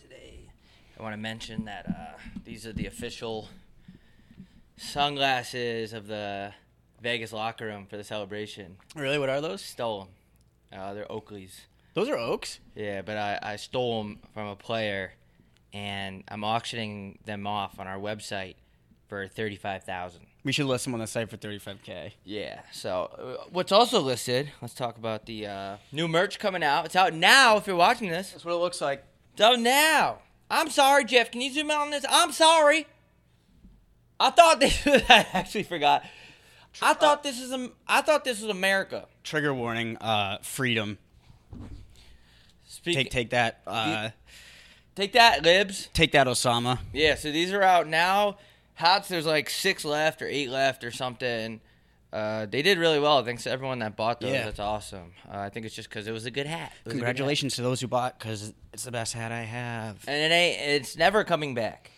today. I want to mention that uh, these are the official sunglasses of the Vegas locker room for the celebration. Really? What are those? Stole them. Uh, they're Oakleys. Those are Oaks. Yeah, but I, I stole them from a player, and I'm auctioning them off on our website for thirty-five thousand. We should list them on the site for 35k. Yeah. So, uh, what's also listed? Let's talk about the uh, new merch coming out. It's out now. If you're watching this, That's what it looks like. it's out now. I'm sorry, Jeff. Can you zoom in on this? I'm sorry. I thought this. I actually forgot. I thought this is. Am- I thought this was America. Trigger warning. Uh, freedom. Speaking, Take take that. Uh, take that, libs. take that, Osama. Yeah, so these are out now. Hats, there's like six left or eight left or something. Uh, they did really well. Thanks to everyone that bought those. Yeah. That's awesome. Uh, I think it's just because it was a good hat. It was a good hat. Congratulations to those who bought because it's the best hat I have. And it ain't. It's never coming back.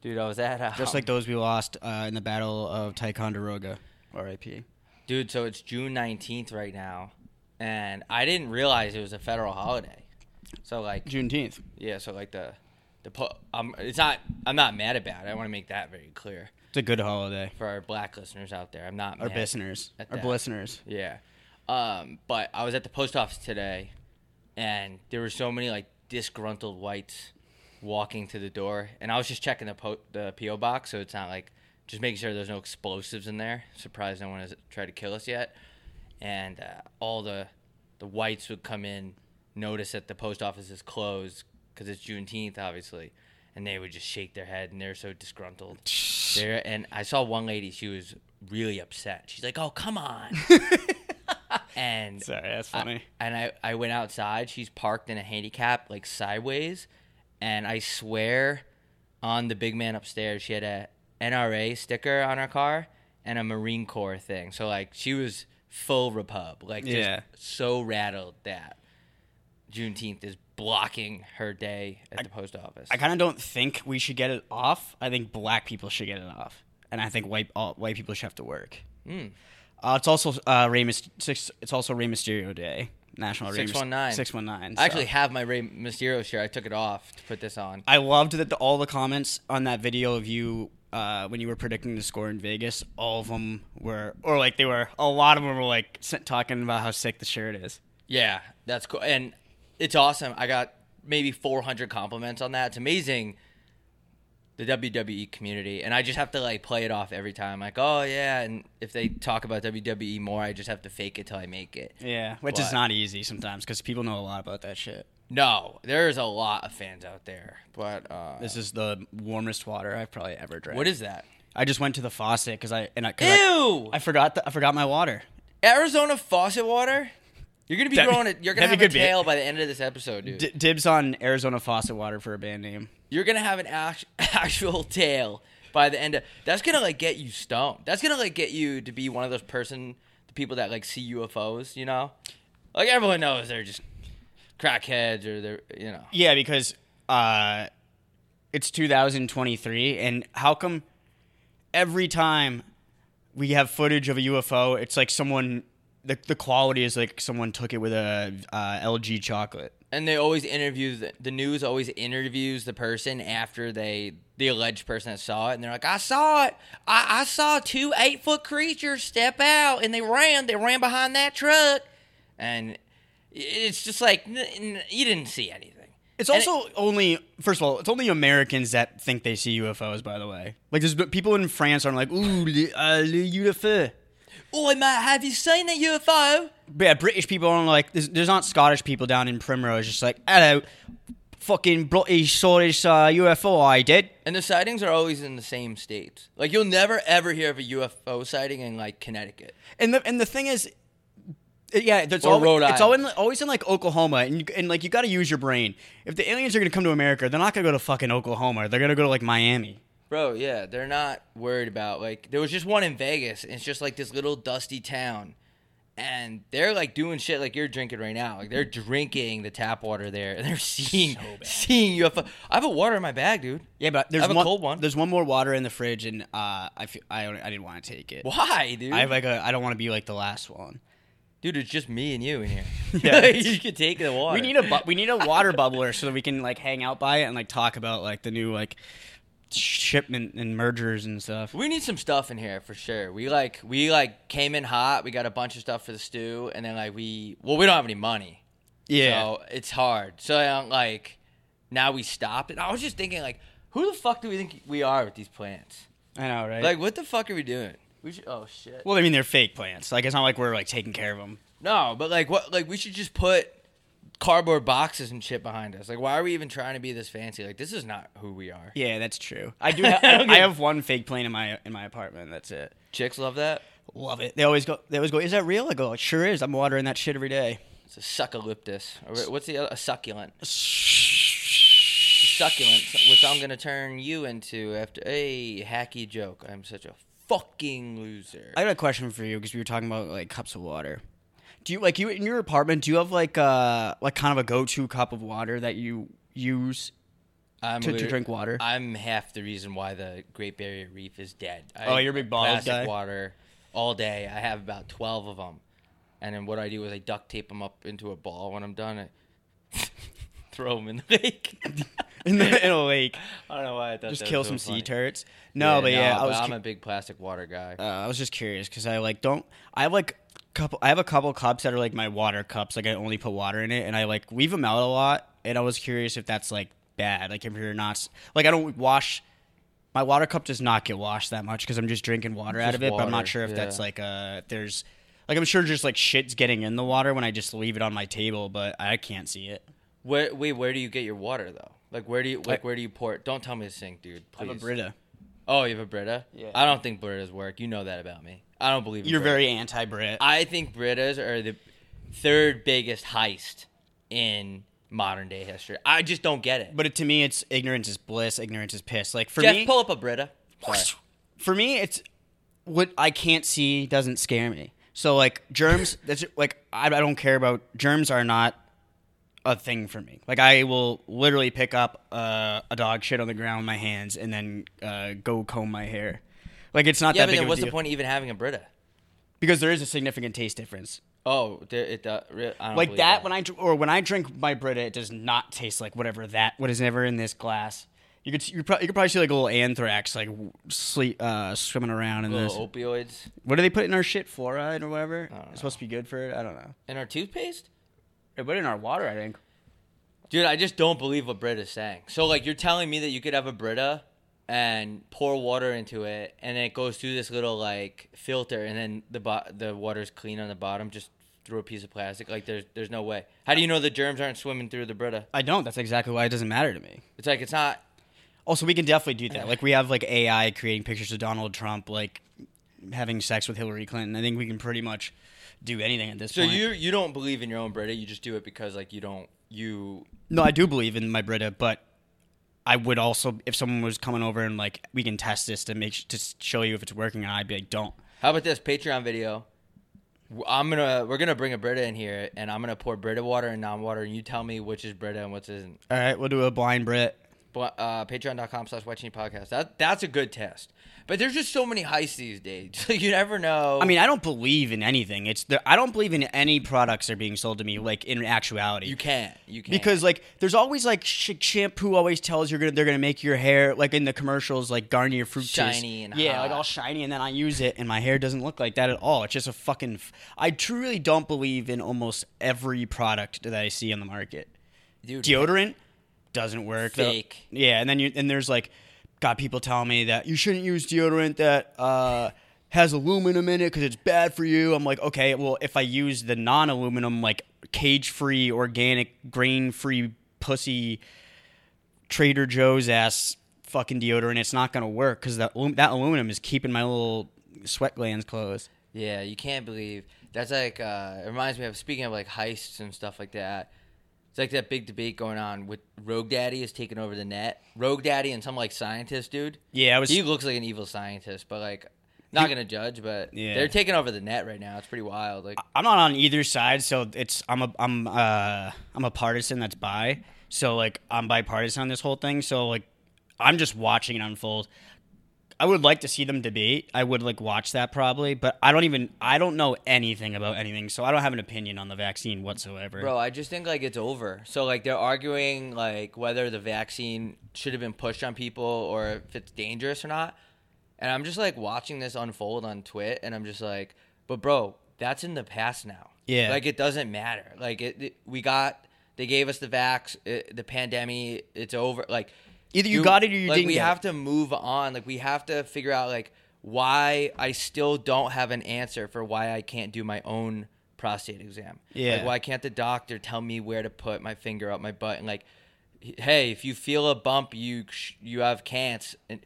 Dude, I was at a Just like those we lost uh, in the Battle of Ticonderoga. R.I.P. dude. So it's June nineteenth right now, and I didn't realize it was a federal holiday. So like, Juneteenth. yeah. So like the the po- um, it's not. I'm not mad about it. I want to make that very clear It's a good holiday. for our black listeners out there. I'm not Our mad. listeners. At Our that. listeners. Yeah. Um, but I was at the post office today and there were so many like disgruntled whites walking to the door and I was just checking the po- the PO box so it's not like just making sure there's no explosives in there. Surprised no one has tried to kill us yet. And uh, all the the whites would come in, notice that the post office is closed because it's Juneteenth, obviously, and they would just shake their head and they're so disgruntled. There and I saw one lady; she was really upset. She's like, "Oh, come on!" and Sorry, that's I- funny. and I, I went outside. She's parked in a handicap, like sideways. And I swear on the big man upstairs, she had a NRA sticker on her car and a Marine Corps thing. So, like, she was full Repub. Like, just Yeah. so rattled that Juneteenth is blocking her day at the post office. I kind of don't think we should get it off. I think black people should get it off, and I think white all, white people should have to work. Hmm. Uh, it's also uh, Rey Myst- six. It's also Rey Mysterio Day, National Rey Myst- 619. 619, I actually so. have my Rey Mysterio shirt. I took it off to put this on. I loved that the, all the comments on that video of you uh, when you were predicting the score in Vegas. All of them were, or like they were, a lot of them were like s- talking about how sick the shirt is. Yeah, that's cool. And it's awesome. I got maybe 400 compliments on that. It's amazing the WWE community. And I just have to like play it off every time. Like, oh, yeah. And if they talk about WWE more, I just have to fake it till I make it. Yeah, which is But- not easy sometimes because people know a lot about that shit. No, there's a lot of fans out there. But uh, This is the warmest water I've probably ever drank. what is that? I just went to the faucet because I and I, 'cause I Ew! I forgot the, I forgot my water. Arizona faucet water? You're going to be That'd be- growing it. You're going to have that'd be a good bit. tail by the end of this episode, dude. D- dibs on Arizona faucet water for a band name. you're gonna have an act- actual tail by the end of that's gonna like get you stoned that's gonna like get you to be one of those person the people that like see ufos you know like everyone knows they're just crackheads or they're you know Yeah, because uh, it's 2023, and how come every time we have footage of a UFO, it's like someone the the quality is like someone took it with a uh, LG chocolate. and they always interview the, the news always interviews the person after they the alleged person that saw it and they're like i saw it i, I saw two eight foot creatures step out and they ran they ran behind that truck and it's just like n- n- you didn't see anything It's And it- also only first of all, it's only Americans that think they see UFOs. By the way, like there's b- people in France are like, ooh, le, uh, le UFO. Oi, mate, have you seen that UFO? But yeah, British people aren't like there's, there's not Scottish people down in Primrose just like hello, fucking British saw this uh, UFO I did. And the sightings are always in the same states. Like, you'll never, ever hear of a UFO sighting in, like, Connecticut. And the and the thing is, it- yeah, it's Or all Rhode it's Island. always always in like Oklahoma and you, and like you got to use your brain. If the aliens are gonna come to America, they're not gonna go to fucking Oklahoma. They're gonna go to like Miami. Bro, yeah, they're not worried about, like, there was just one in Vegas, and it's just, like, this little dusty town. And they're, like, doing shit like you're drinking right now. Like, they're drinking the tap water there, and they're seeing, seeing UFO. I have a water in my bag, dude. Yeah, but there's have a one, cold one. There's one more water in the fridge, and uh, I feel, I don't- I didn't want to take it. Why, dude? I have like a I don't want to be like the last one. dude, it's just me and you in here. Yeah. Yeah, you could take the water. We need a bu- we need a water bubbler so that we can like hang out by it and like talk about like the new like shipment and mergers and stuff. We need some stuff in here for sure. We like we like came in hot. We got a bunch of stuff for the stew, and then like we well we don't have any money, Yeah, so it's hard. So uh, like now we stopped, and I was just thinking like, who the fuck do we think we are with these plants? I know, right? Like, what the fuck are we doing? We should, oh shit. well, I mean, they're fake plants. Like, it's not like we're like taking care of them. No, but like what like we should just put cardboard boxes and shit behind us. Like why are we even trying to be this fancy? Like this is not who we are. Yeah, that's true. I do. Ha- Okay. I have one fake plane in my in my apartment. That's it. Chicks love that. Love it. They always go. They always go. Is that real? I go. It sure is. I'm watering that shit every day. It's a succuliptus. Or what's the other a succulent? Succulent, which I'm gonna turn you into after a hacky joke. I'm such a fucking loser. I got a question for you because we were talking about like cups of water. Do you like you in your apartment? Do you have like uh like kind of a go to cup of water that you use I'm to, to liter- drink water? I'm half the reason why the Great Barrier Reef is dead. I Oh, you're a big bottle plastic guy. water all day. I have about twelve of them, and then what I do is I duct tape them up into a ball when I'm done. I throw them in the lake. in, the, in a lake, I don't know why I thought just that kill was so some sea funny. turrets. No, but yeah, I was am cu- a big plastic water guy. uh, I was just curious because I like don't I have like couple I have a couple cups that are like my water cups. Like I only put water in it, and I like leave them out a lot. And I was curious if that's like bad. Like if you're not s- like I don't wash. My water cup does not get washed that much because I'm just drinking water out Just of it. But I'm water, not sure if that's yeah. like uh there's like I'm sure just like shit's getting in the water when I just leave it on my table, but I can't see it. Where wait, where do you get your water though? Like where do you like where do you pour it? Don't tell me to sink, dude. Please. I have a Brita. Oh, you have a Brita? Yeah. I don't think Britas work. You know that about me. I don't believe in You're Brita. very anti-Brit. I think Britas are the third biggest heist in modern day history. I just don't get it. but it, to me, it's ignorance is bliss. Ignorance is piss. Like for Jeff, me, pull up a Brita. Sorry. For me, it's what I can't see doesn't scare me. So like germs, that's like I, I don't care about germs are not a thing for me. Like I will literally pick up uh, a dog shit on the ground in my hands and then uh, go comb my hair. Like it's not Yeah, that but big then of what's a the deal point of even having a Brita? because there is a significant taste difference. Oh, there- it, uh, re- I don't Like believe that, when I dr- or when I drink my Brita, it does not taste like whatever that what is ever in this glass. You could s- you, pro- you could probably see like a little anthrax like w- sleep uh, swimming around in this. Little opioids What do they put in our shit? Fluoride or whatever? It's supposed to be good for it. I don't know. in our toothpaste? They put it in our water, I think. Dude, I just don't believe what Britta's saying. So like you're telling me that you could have a Brita and pour water into it and it goes through this little like filter and then the bo- the water's clean on the bottom just through a piece of plastic. Like there's there's no way. How do you know the germs aren't swimming through the Brita? I don't. That's exactly why it doesn't matter to me. It's like it's not Also, we can definitely do that. Like we have like AI creating pictures of Donald Trump, like having sex with Hillary Clinton. I think we can pretty much do anything at this So point. you you don't believe in your own Brita, you just do it because like you don't you No, I do believe in my Brita, but I would also if someone was coming over and like we can test this to make sh- to s- show you if it's working, and I'd be like, don't. How about this Patreon video? W- I'm gonna we're gonna bring a Brita in here and I'm gonna pour Brita water and non water and you tell me which is Brita and which isn't. All right, we'll do a blind Brit. But, uh, patreon.com slash watching podcast that that's a good test but there's just so many heists these days you never know I mean, I don't believe in anything. It's the, I don't believe in any products that are being sold to me, like in actuality. you can't you can't because like there's always like sh- shampoo always tells you're gonna they're gonna make your hair like in the commercials like Garnier fruit Shiny and yeah like hot. all shiny and then I use it and my hair doesn't look like that at all it's just a fucking f- I truly don't believe in almost every product that I see on the market dude deodorant doesn't work though. Fake. yeah and then you and there's like got people telling me that you shouldn't use deodorant that uh has aluminum in it because it's bad for you i'm like okay well if i use the non-aluminum like cage-free organic grain-free pussy trader joe's ass fucking deodorant it's not gonna work because that, alum- that aluminum is keeping my little sweat glands closed yeah you can't believe that's like uh it reminds me of speaking of like heists and stuff like that it's like that big debate going on with rogue daddy is taking over the net rogue daddy and some like scientist dude yeah i was he looks like an evil scientist but like not gonna judge but Yeah. they're taking over the net right now it's pretty wild like I'm not on either side, so it's I'm a I'm uh I'm a partisan that's bi. So like I'm bipartisan on this whole thing. So like I'm just watching it unfold. I would like to see them debate. I would like watch that probably, but I don't even I don't know anything about anything, so I don't have an opinion on the vaccine whatsoever. Bro, I just think like it's over. So like they're arguing like whether the vaccine should have been pushed on people or if it's dangerous or not. And I'm just like watching this unfold on Twit and I'm just like, but bro, that's in the past now. Yeah. Like it doesn't matter. Like it, it- we got they gave us the vax, it, the pandemic, it's over. Like Either you dude, got it or you like, didn't We get have it. to move on. Like we have to figure out like why I still don't have an answer for why I can't do my own prostate exam. Yeah. Like why can't the doctor tell me where to put my finger up my butt and like, hey, if you feel a bump, you sh- you have cancer. And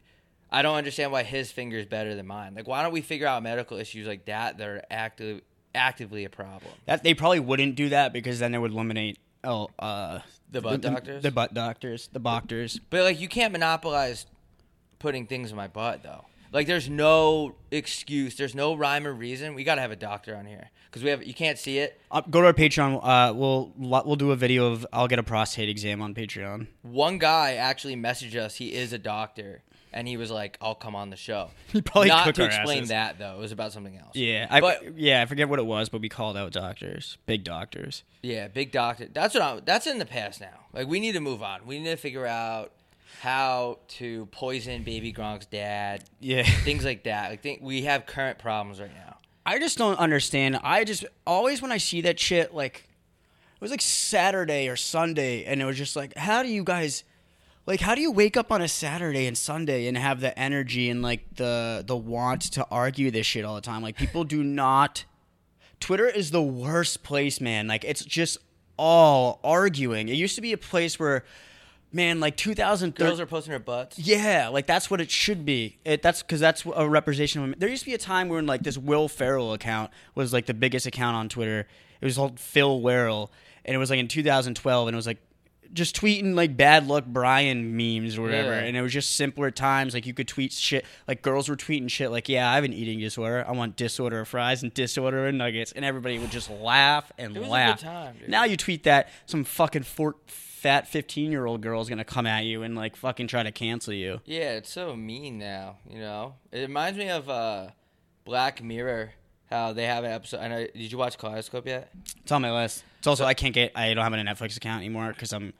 I don't understand why his finger is better than mine. Like why don't we figure out medical issues like that that are active actively a problem? That they probably wouldn't do that because then it would eliminate oh uh The butt doctors? the, butt doctors, the doctors. But like you can't monopolize putting things in my butt though. Like there's no excuse, there's no rhyme or reason. We got to have a doctor on here cuz we have you can't see it. Uh, go to our Patreon. Uh, we'll we'll do a video of I'll get a prostate exam on Patreon. One guy actually messaged us, he is a doctor. And he was like, "I'll come on the show." He probably not cooked to our explain asses. that though. It was about something else. Yeah, I But- yeah I forget what it was, but we called out doctors, big doctors. yeah, big doctor. That's what I'm. That's in the past now. Like we need to move on. We need to figure out how to poison Baby Gronk's dad. Yeah. things like that. Like think we have current problems right now. I just don't understand. I just always when I see that shit, like it was like Saturday or Sunday, and it was just like, how do you guys, like, how do you wake up on a Saturday and Sunday and have the energy and like the the want to argue this shit all the time? Like people do not. Twitter is the worst place, man. Like it's just all arguing. It used to be a place where, man, like 2013. Girls are posting their butts. Yeah, like that's what it should be. It, that's because that's a representation of. There used to be a time when like this Will Ferrell account was like the biggest account on Twitter. It was called Phil Werrell, and it was like in 2012, and it was like just tweeting like bad luck Brian memes or whatever. Yeah. And it was just simpler times. Like you could tweet shit. Like girls were tweeting shit like, "Yeah, I have an eating disorder. I want disorder of fries and disorder of nuggets," and everybody would just laugh and was a good laugh. time, dude. Now you tweet that some fucking fort, fat 15 year old girl's gonna come at you and like fucking try to cancel you. Yeah, it's so mean now, you know? It reminds me of uh, Black Mirror, how they have an episode. I know, did you watch Kaleidoscope yet? It's on my list. It's also I can't get I don't have a Netflix account anymore because I'm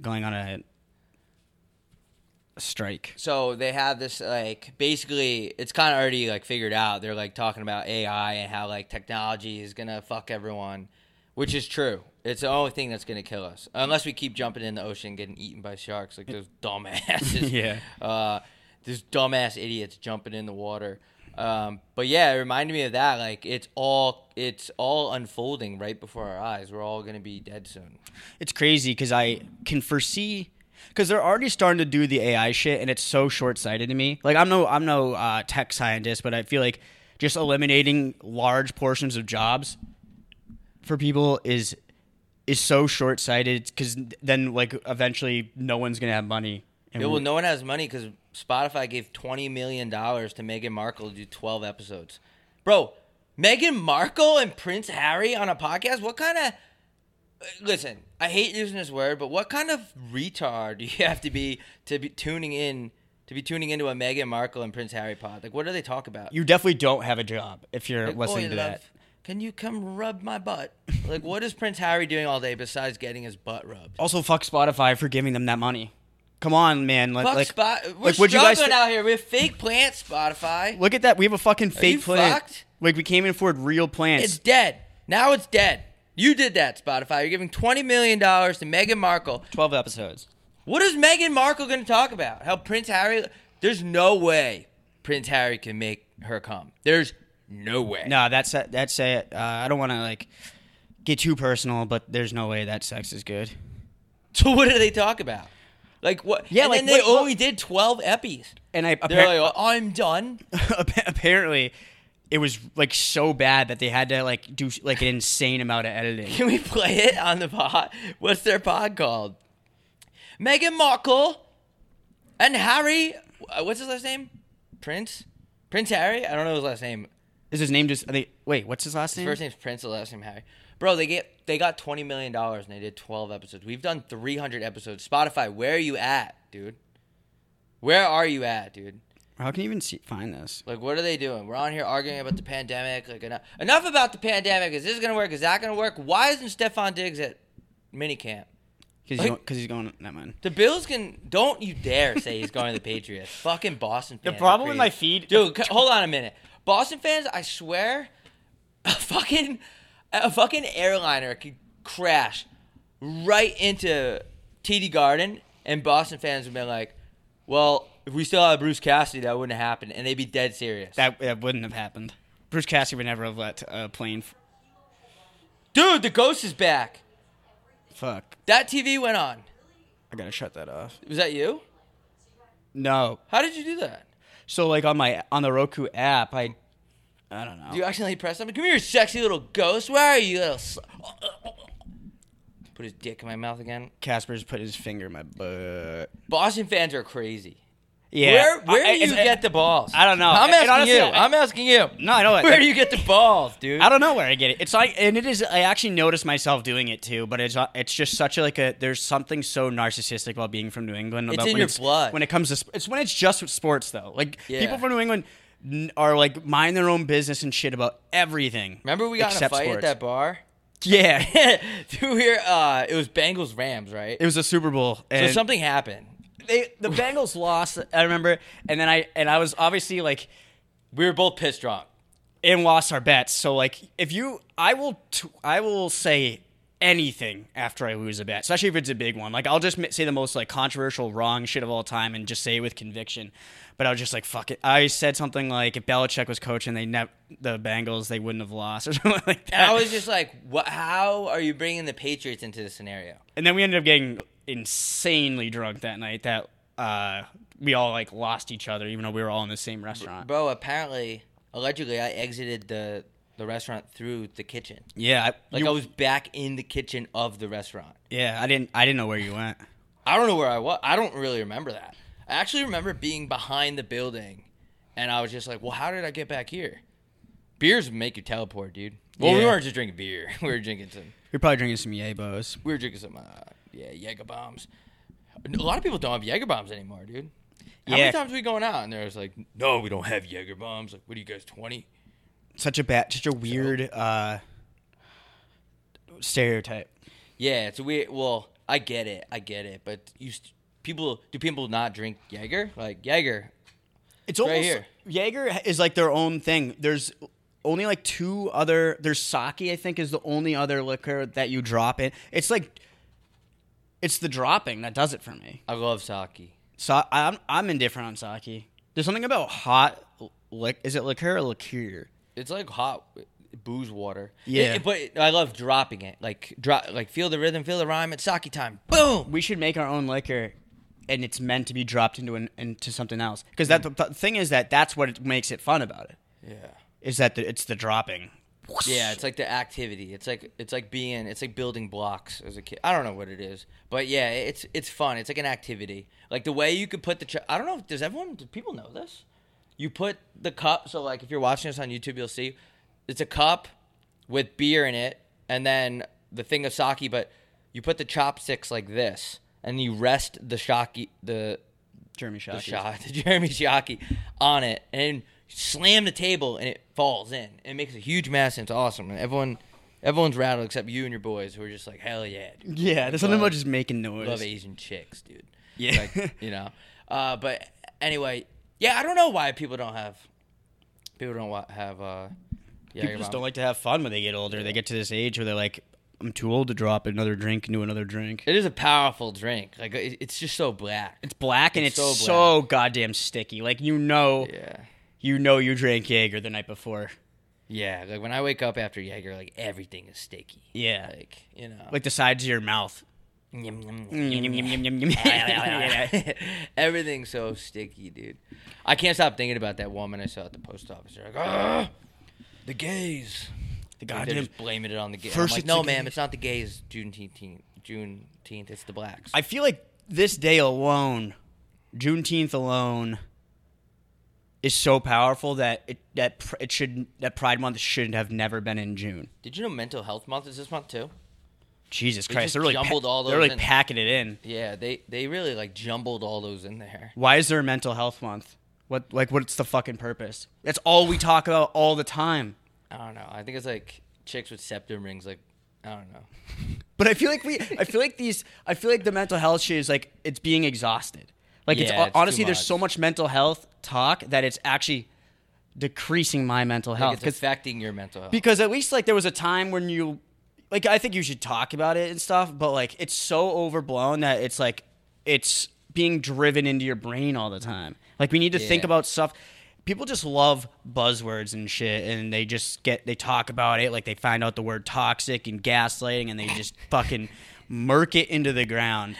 going on a, a strike. So they have this, like, basically, it's kind of already, like, figured out. They're, like, talking about AI and how, like, technology is going to fuck everyone, which is true. It's the only thing that's going to kill us. Unless we keep jumping in the ocean and getting eaten by sharks, like those dumbasses. Yeah. uh, this dumbass idiots jumping in the water. Um, but yeah, it reminded me of that. Like it's all it's all unfolding right before our eyes. We're all gonna be dead soon. It's crazy because I can foresee because they're already starting to do the AI shit, and it's so short sighted to me. Like I'm no I'm no uh, tech scientist, but I feel like just eliminating large portions of jobs for people is is so short sighted because then like eventually no one's gonna have money. And Yeah, we- well, no one has money because Spotify gave twenty million dollars to Meghan Markle to do twelve episodes. Bro, Meghan Markle and Prince Harry on a podcast. What kind of listen? I hate using this word, but what kind of retard do you have to be to be tuning in to be tuning into a Meghan Markle and Prince Harry pod? Like, what do they talk about? you definitely don't have a job if you're Like, listening "Oi, to love, that. Can you come rub my butt? Like, what is Prince Harry doing all day besides getting his butt rubbed? Also, fuck Spotify for giving them that money. Come on, man. Like, Fuck like, spot. We're struggling like, what'd you guys thi- out here. We have fake plants, Spotify. Look at that. We have a fucking fake you plant. fucked? Like we can't even afford real plants. It's dead. Now it's dead. You did that, Spotify. You're giving $20 million to Meghan Markle. Twelve episodes. What is Meghan Markle going to talk about? How Prince Harry. There's no way Prince Harry can make her come. There's no way. No, that's it- that's it. Uh, I don't want to like get too personal, but there's no way that sex is good. So, what do they talk about? Like, what? Yeah, and like, then they what- what- only did 12 Eppies. And I They're apparently like, "Oh, I'm done. apparently it was like so bad that they had to like do like an insane amount of editing. Can we play it on the pod? What's their pod called? Meghan Markle and Harry. uh, What's his last name? Prince. Prince Harry. I don't know his last name. Is his name just? I think. Wait, what's his last name? His first name's Prince. The last name Harry. Bro, they get they got twenty million dollars and they did twelve episodes. We've done three hundred episodes. Spotify, where are you at, dude? Where are you at, dude? How can you even see, find this? Like, what are they doing? We're on here arguing about the pandemic. Like, enough, enough about the pandemic. Is this going to work? Is that going to work? Why isn't Stefan Diggs at minicamp? Because Like- he's, because he's going. Never mind. The Bills can. Don't you dare say he's going to the Patriots. Fucking Boston fans. are problem with crazy. my feed- dude. c- Hold on a minute, Boston fans. I swear, a fucking a fucking airliner could crash right into TD Garden, and Boston fans would be like, "Well, if we still had Bruce Cassidy, that wouldn't happen," and they'd be dead serious. That that wouldn't have happened. Bruce Cassidy would never have let a plane. F- dude, the ghost is back. fuck. That TV went on. I gotta shut that off. Was that you? No. How did you do that? So like on my on the Roku app, I I don't know. Do you accidentally press something? Come here, you sexy little ghost. Where are you, little? Sl- Put his dick in my mouth again. Casper's put his finger in my butt. Boston fans are crazy. Yeah. Where where I- do you it's- get the balls? I don't know. I'm And asking honestly, you. I- I, am asking you. No, I know it. Where do you get the balls, dude? I don't know where I get it. It's like, and it is. I actually noticed myself doing it too, but it's it's just such a, like a. There's something so narcissistic about being from New England. About in when your it's, blood. when it comes to sp- it's when it's just with sports though. Like Yeah. people from New England n- are like mind their own business and shit about everything. Remember we got in a except fight at sports. that bar? Yeah, dude, we were, uh, it was Bengals Rams, right? it was a Super Bowl. And so something happened. they, the Bengals lost. I remember, and then I and I was obviously like We were both pissed drunk. and lost our bets. So like if you I will t- I will say anything after I lose a bet, especially if it's a big one. Like I'll just mi- say the most like controversial wrong shit of all time and just say it with conviction. But I was just like fuck it. I said something like if Belichick was coaching, they never the Bengals they wouldn't have lost or something like And that. I was just like, what, how are you bringing the Patriots into this scenario? and then we ended up getting insanely drunk that night that uh we all like lost each other even though we were all in the same restaurant. Bro, apparently, allegedly, I exited the, the restaurant through the kitchen. Yeah, I, Like, you- I was back in the kitchen of the restaurant. yeah, I didn't I didn't know where you went. I don't know where I was. I don't really remember that. I actually remember being behind the building, and I was just like, "Well, how did I get back here?" Beers make you teleport, dude. Well, we Yeah. weren't just drinking beer. We were drinking some. You're probably drinking some Yabos. We were drinking some. Uh, yeah, Jager bombs. A lot of people don't have Jager bombs anymore, dude. How Yeah. many times are we going out and there's like, "No, we don't have Jager bombs." Like, what are you guys twenty? such a bad, such a weird uh, stereotype. Yeah, it's weird. Well, I get it. I get it. But you, st- people, do people not drink Jager? Like Jager, It's Right almost here. Jaeger is like their own thing. There's only like two other. There's sake, I think, is the only other liquor that you drop in. It's like it's the dropping that does it for me. I love sake. So I'm I'm indifferent on sake. There's something about hot. Like, is it liqueur or liqueur? It's like hot booze water. Yeah. It- it- but I love dropping it. Like drop, like feel the rhythm, feel the rhyme. It's sake time. Boom. we should make our own liquor and it's meant to be dropped into an, into something else because Mm. that the, the thing is that that's what it makes it fun about it Yeah. is that the, it's the dropping Yeah, it's like the activity. It's like it's like being it's like building blocks as a kid. I don't know what it is, but yeah, it's it's fun. It's like an activity. Like the way you could put the ch- I don't know. Does everyone do people know this? You put the cup. So like if you're watching this on YouTube, you'll see it's a cup with beer in it, and then the thing of sake. But you put the chopsticks like this, and you rest the shocky the jeremy the shot shot to Jeremy Shockey on it and slam the table and it falls in. It makes a huge mess and it's awesome. And everyone everyone's rattled except you and your boys who are just like, Hell yeah, dude. yeah there's something Love- about just making noise Love Asian chicks, dude. Yeah. Like, you know. Uh, but anyway, yeah, I don't know why people don't have people don't wa- have uh people just don't like to have fun when they get older they get to this age where they're like i'm too old to drop another drink into another drink it is a powerful drink. Like it, it's just so black. it's black and It's it's, so so, goddamn sticky like you know Yeah. you know you drank jaeger the night before Yeah. Like when I wake up after Jaeger, like everything is sticky. yeah Like, you know. like mm. the sides of your mouth Yum, yum, yum. Yum, yum, yum, yum, yum, Mm. yum. Everything's so sticky, dude. I can't stop thinking about that woman I saw at the post office. They're like, ah, the gays. the Like, they're goddamn just blaming it on the gays. I'm First like, it's no, the ma'am, gays." it's not the gays. Juneteenth, Juneteenth, it's the blacks. I feel like this day alone, Juneteenth alone, is so powerful that it that pr- it should that Pride Month should have never been in June. Did you know Mental Health Month is this month too? Jesus just Christ, they're really jumbled all they're those really in. packing it in. Yeah, they they really like jumbled all those in there. Why is there a mental health month? What like what's the fucking purpose? That's all we talk about all the time. I don't know. I think it's like chicks with septum rings. Like I don't know. But I feel like we, I feel like these, I feel like the mental health shit is like it's being exhausted. Like it's, Yeah, it's too honestly, there's much. so much mental health talk that it's actually decreasing my mental Like health it's affecting your mental health. because at least like there was a time when you, like I think you should talk about it and stuff, but like it's so overblown that it's like it's being driven into your brain all the time. Like we need to think Yeah. about stuff. People just love buzzwords and shit, and they just get they talk about it like they find out the word toxic and gaslighting, and they just fucking murk it into the ground.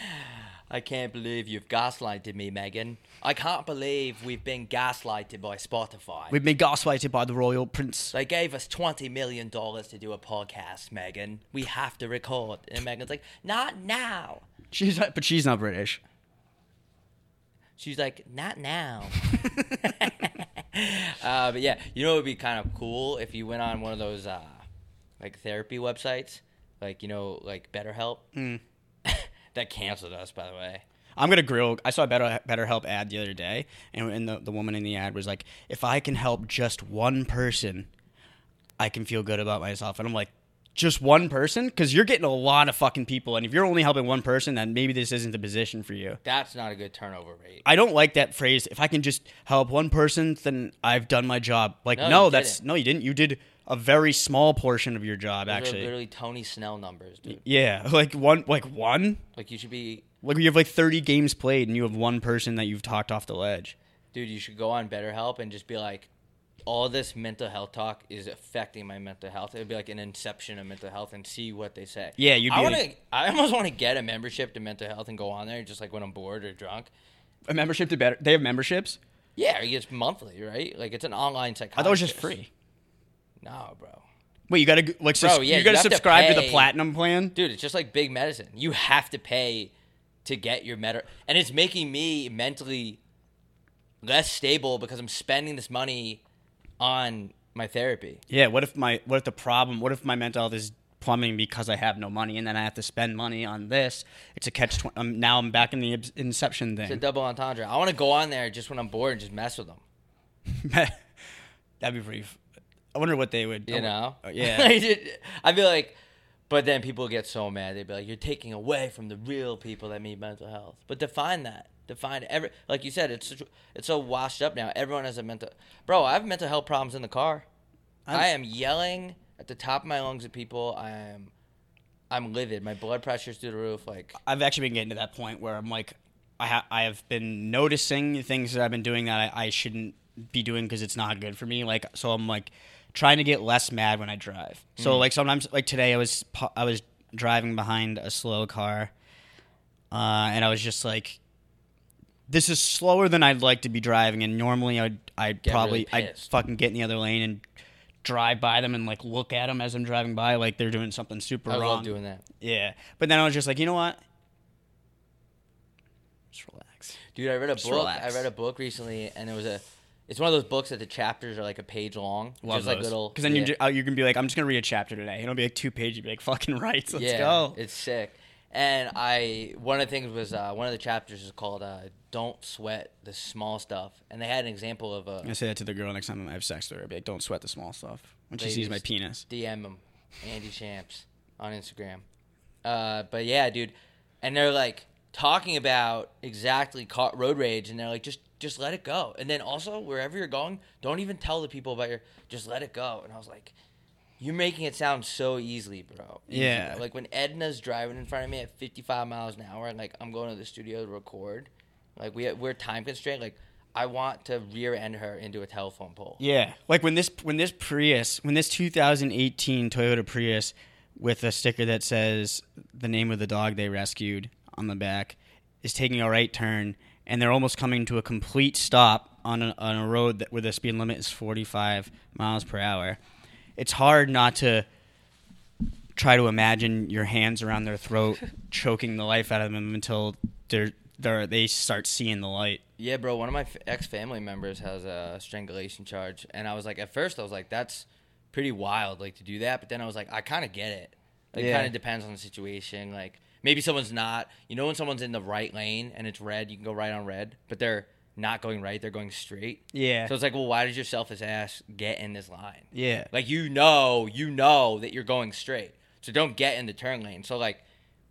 I can't believe you've gaslighted me, Megan. I can't believe we've been gaslighted by Spotify. We've been gaslighted by the royal prince. They gave us twenty million dollars to do a podcast, Megan. We have to record, and Megan's like, "Not now." She's not, but she's not British. She's like, "Not now." uh, but yeah, you know, it would be kind of cool if you went on one of those uh, like therapy websites, like you know, like BetterHelp. that canceled us, by the way. I'm gonna grill. I saw a better BetterHelp ad the other day, and, and the the woman in the ad was like, "If I can help just one person, I can feel good about myself." And I'm like, "Just one person? Because you're getting a lot of fucking people, and if you're only helping one person, then maybe this isn't the position for you." That's not a good turnover rate. I don't like that phrase. If I can just help one person, then I've done my job. Like, No, no, you that's didn't. no, you didn't. You did a very small portion of your job, Those are actually. literally Tony Snell numbers, dude. Yeah, like one, like one, Like you should be, like you have like 30 games played, and you have one person that you've talked off the ledge. dude. You should go on BetterHelp and just be like, all this mental health talk is affecting my mental health. It'd be like an inception of mental health, and see what they say. Yeah, you'd I be want to. like- I almost want to get a membership to mental health and go on there just like when I'm bored or drunk. a membership to better they have memberships Yeah, it's monthly, right? Like it's an online psychologist. i thought it was just free No, bro. wait you gotta g- like sus- Bro, yeah, you you gotta have to subscribe to, pay. the platinum plan Dude, it's just like big medicine. You have to pay to get your meta, and it's making me mentally less stable because I'm spending this money on my therapy. yeah what if my what if the problem what if my mental health is plumbing because i have no money and then i have to spend money on this it's a catch tw- um, now i'm back in the obs- inception It's a thing double entendre. I want to go on there just when I'm bored and just mess with them. that'd be pretty f- i wonder what they would You know? Oh, yeah I'd be like, but then people get so mad. They'd be like, "You're taking away from the real people that need mental health." But define that. Define every. Like you said, it's such- it's so washed up now. Everyone has a mental. Bro, I have mental health problems in the car. I'm, yelling at the top of my lungs at people. I'm, I'm livid. My blood pressure's through the roof. Like I've actually been getting to that point where I'm like, I ha- I have been noticing things that I've been doing that I, I shouldn't be doing because it's not good for me. Like, so I'm like trying to get less mad when I drive. So Mm. like sometimes, like today, I was pu- I was driving behind a slow car, uh, and I was just like. This is slower than I'd like to be driving, and normally I'd I'd probably really I'd pissed. fucking get in the other lane and drive by them and like look at them as I'm driving by, like they're doing something super I wrong. love doing that, Yeah. But then I was just like, you know what? Just relax. dude. I read a book. relax. I read a book recently, and it was a. It's one of those books that the chapters are like a page long. just like little. Because then yeah. you ju- uh, you can be like, I'm just gonna read a chapter today. It'll be like two pages. You'd be like, fucking right. Let's go. It's sick. And I one of the things was uh, one of the chapters is called uh, "Don't Sweat the Small Stuff," and they had an example of I a say that to the girl next time I have sex with her. I'd be like, don't sweat the small stuff. When she Ladies. sees my penis. DM him, Andy Champs on Instagram. Uh, but yeah, dude, and they're like talking about exactly caught road rage, and they're like just just let it go, and then also wherever you're going, don't even tell the people about your just let it go. And I was like. You're making it sound so easily, bro. Easy, Yeah. bro. Like when Edna's driving in front of me at 55 miles an hour, and like I'm going to the studio to record, like we we're time constrained. Like I want to rear end her into a telephone pole. Yeah. Like when this when this Prius, when this 2018 Toyota Prius with a sticker that says the name of the dog they rescued on the back is taking a right turn and they're almost coming to a complete stop on a, on a road that, where the speed limit is 45 miles per hour. It's hard not to try to imagine your hands around their throat choking the life out of them until they're, they're they start seeing the light. Yeah, bro. One of my f- ex family members has a strangulation charge, and I was like, at first, I was like, that's pretty wild, like to do that. But then I was like, I kind of get it. Like, It Yeah. kind of depends on the situation. Like maybe someone's not. You know, when someone's in the right lane and it's red, you can go right on red, but they're not going right; they're going straight. Yeah. So it's like, well, why does your selfish ass get in this line? yeah. Like you know, you know that you're going straight. So don't get in the turn lane. So like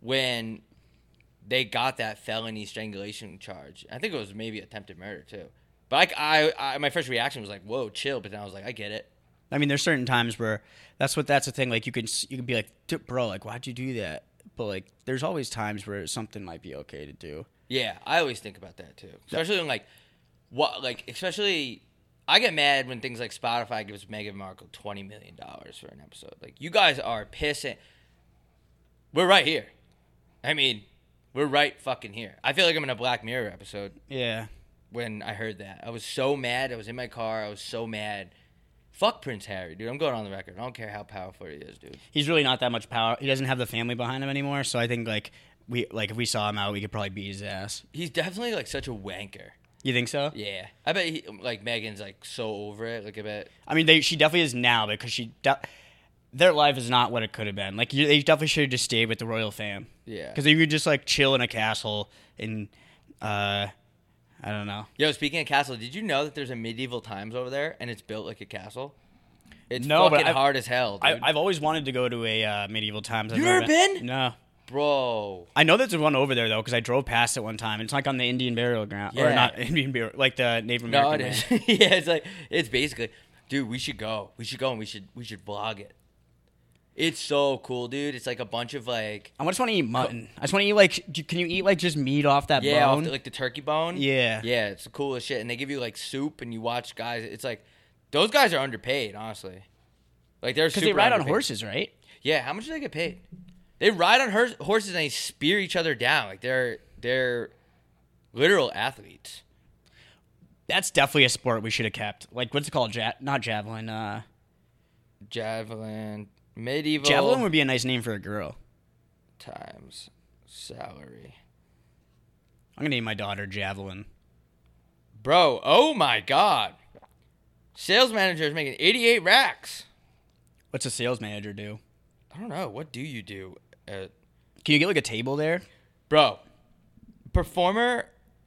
when they got that felony strangulation charge, I think it was maybe attempted murder too. But like I, I my first reaction was like, "Whoa, chill." But then I was like, "I get it." I mean, there's certain times where that's what that's the thing. Like you can s- you can be like, "D- bro, like why'd you do that? But like, there's always times where something might be okay to do. Yeah, I always think about that too. Especially when like what like especially I get mad when things like Spotify gives Meghan Markle twenty million dollars for an episode. Like you guys are pissing We're right here. I mean, we're right fucking here. I feel like I'm in a Black Mirror episode Yeah. when I heard that. I was so mad. I was in my car. I was so mad. Fuck Prince Harry, dude. I'm going on the record. I don't care how powerful he is, dude. He's really not that much power. He doesn't have the family behind him anymore. So I think like we like if we saw him out, we could probably beat his ass. He's definitely like such a wanker. You think so? Yeah. I bet he like Megan's like so over it. Like I bet I mean, they she definitely is now because she de- their life is not what it could have been. Like you, they definitely should have just stayed with the royal fam. Yeah. Because they could just like chill in a castle and uh, I don't know. Yo, speaking of castle, did you know that there's a medieval times over there and it's built like a castle? It's No, but fucking I've- hard as hell, I, dude. I've always wanted to go to a uh, medieval times. I've You never been? No. Bro. I know there's one over there though, because I drove past it one time. It's like on the Indian burial ground, or Yeah. not Indian burial, like the Native No, American. it is. yeah, it's like it's basically dude, we should go. We should go and we should we should vlog it. It's so cool, dude. It's like a bunch of like I just want to eat mutton. I just want to eat like, j- can you eat like just meat off that yeah, off bone? the, like the turkey bone. Yeah. Yeah, it's the coolest shit. And they give you like soup and you watch guys it's like those guys are underpaid, honestly. Like they're Because they super ride on underpaid. horses, right? Yeah, how much do they get paid? They ride on hers- horses and they spear each other down. Like they're they're literal athletes. That's definitely a sport we should have kept. Like what's it called? Ja- not javelin. Uh, Javelin, medieval javelin would be a nice name for a girl. times salary. I'm gonna name my daughter Javelin. Bro, oh my god. Sales manager is making 88 racks. What's a sales manager do? I don't know. What do you do? At- Can you get like a table there? Bro, performer,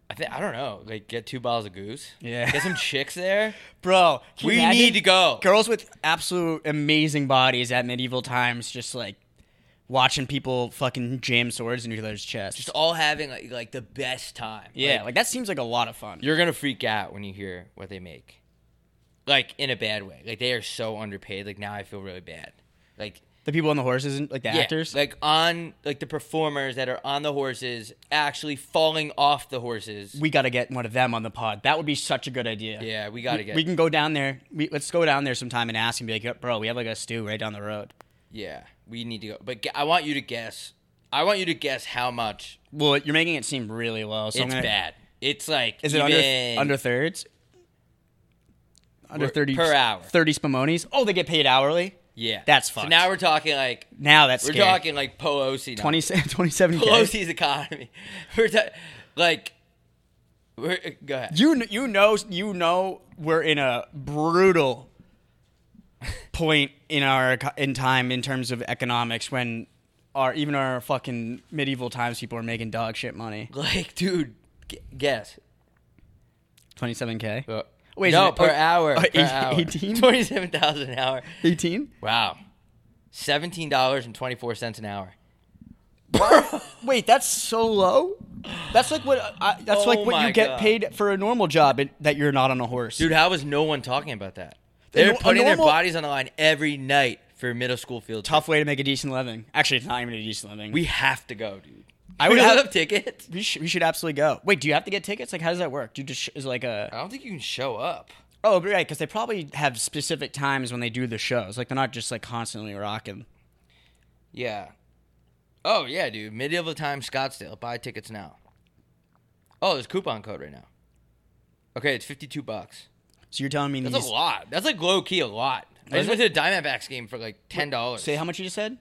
I think I don't know. Like get two bottles of goose. Yeah. Get some chicks there. Bro, can you We imagine? need to go. Girls with absolute amazing bodies at medieval times, just like watching people fucking jam swords in each other's chests. Just all having like, like the best time. yeah, Like, like, that seems like a lot of fun. you're gonna freak out when you hear what they make like in a bad way like they are so underpaid like now i feel really bad like the people on the horses, and like the actors. yeah, like on like the performers that are on the horses actually falling off the horses we got to get one of them on the pod. That would be such a good idea. yeah we gotta get We can go down there. We, let's go down there sometime and ask and be like, "Yo, bro, we have like a stew right down the road. yeah we need to go but gu- i want you to guess i want you to guess how much Well, you're making it seem really low. So I'm it's gonna- bad it's like Is it even- under under thirds? Under We're- thirty per hour. Thirty spumonies. Oh, they get paid hourly. yeah That's so fucked. now we're talking like Now that's we're scary. talking like pelosi numbers. 20, 27 pelosi's economy we're ta- like we're, go ahead You kn- you know you know we're in a brutal point in our eco- in time in terms of economics when our even our fucking medieval times people are making dog shit money. Like, dude, gu- guess. Twenty seven k. Wait, Wait, Uh, no, is it- per oh, hour. oh, per eight- hour. 18? 27,000 an hour. Eighteen. Wow. $17.24 an hour. Wait, that's so low. That's like what I, that's Oh like what my you get God. paid for a normal job it, that you're not on a horse. Dude, how is no one talking about that? A They're nor- a putting normal- their bodies on the line every night for middle school field. trip. Tough way to make a decent living. Actually, it's not even a decent living. We have to go, dude. I we would have have- tickets. we, sh- we should absolutely go. Wait, do you have to get tickets? Like, how does that work? Do you just sh- is it like a I don't think you can show up. Oh, but right, because they probably have specific times when they do the shows. Like they're not just like constantly rocking. Yeah. Oh, yeah, dude. Medieval time Scottsdale. Buy tickets now. Oh, there's coupon code right now. Okay, it's 52 bucks. So you're telling me That's these? a lot. That's like low key a lot. I Was just went to a Diamondbacks game for like ten dollars. Say how much you just said.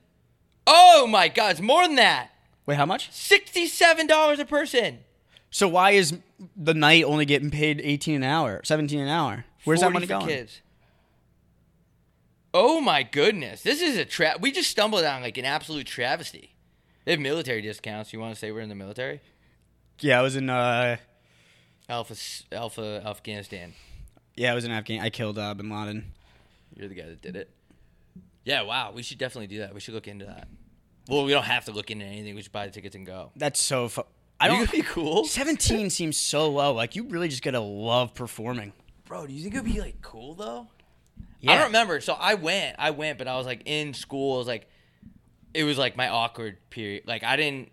Oh my god, it's more than that. Wait, how much? Sixty-seven dollars a person. So why is the night only getting paid eighteen an hour, seventeen an hour? Where's that 40 money for going? Kids. Oh my goodness, this is a trap. We just stumbled on like an absolute travesty. They have military discounts. You want to say we're in the military? Yeah, I was in. uh Alpha S- Alpha Afghanistan. Yeah, I was in Afghanistan. I killed uh, Bin Laden. You're the guy that did it. Yeah, wow. We should definitely do that. We should look into that. Well, we don't have to look into anything. We should buy the tickets and go. That's so. Fu- I You don't. could be cool, Seventeen seems so low. Like you really just gotta love performing. bro. Do you think it'd be like cool though? Yeah. I don't remember. So I went, I went, but I was like in school. I was like, it was like my awkward period. Like I didn't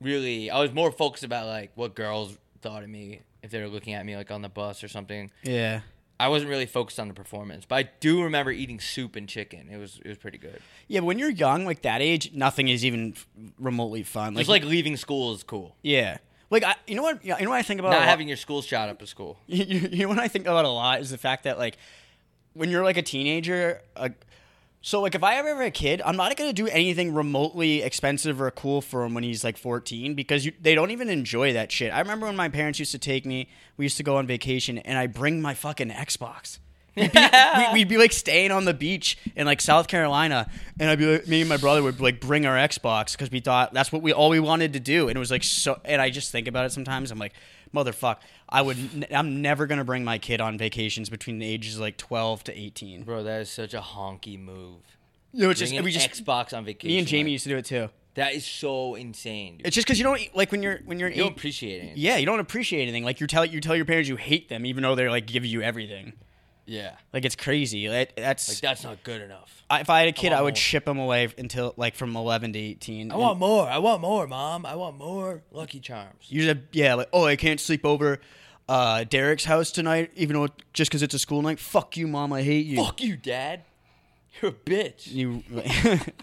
really. I was more focused about like what girls thought of me if they were looking at me like on the bus or something. Yeah. I wasn't really focused on the performance, but I do remember eating soup and chicken. It was it was pretty good. Yeah, but when you're young, like that age, nothing is even f- remotely fun. It's Like, like leaving school is cool. yeah, like I, you know what, you know what I think about. a Not lot- having your school shot up at school. you, you you know what I think about a lot is the fact that like when you're like a teenager, uh, so like if I ever have a kid, I'm not gonna do anything remotely expensive or cool for him when he's like 14 because you, they don't even enjoy that shit. I remember when my parents used to take me, we used to go on vacation, and I bring my fucking Xbox. We'd be, we- we'd be like staying on the beach in like South Carolina, and I'd be like, me and my brother would like bring our Xbox because we thought that's what we all we wanted to do, and it was like so. And I just think about it sometimes. I'm like, motherfuck, I would. N- I'm never gonna bring my kid on vacations between the ages of like 12 to 18. Bro, that is such a honky move. You know, it's just Bringing we just Xbox on vacation. me and Jamie like, used to do it too. that is so insane. Dude. It's just because you don't like when you're when you're You don't eight- appreciate it. yeah you don't appreciate anything. Like you tell you tell your parents you hate them even though they're like give you everything. Yeah. Like it's crazy. Like, that's Like that's not good enough. I- if I had a kid, want I would more. ship him away until like from eleven to eighteen. I want more. I want more, mom. I want more Lucky Charms. you just yeah, like oh, I can't sleep over uh, Derek's house tonight, even though just because it's a school night. Fuck you, mom. I hate you. Fuck you, dad. You're a bitch. You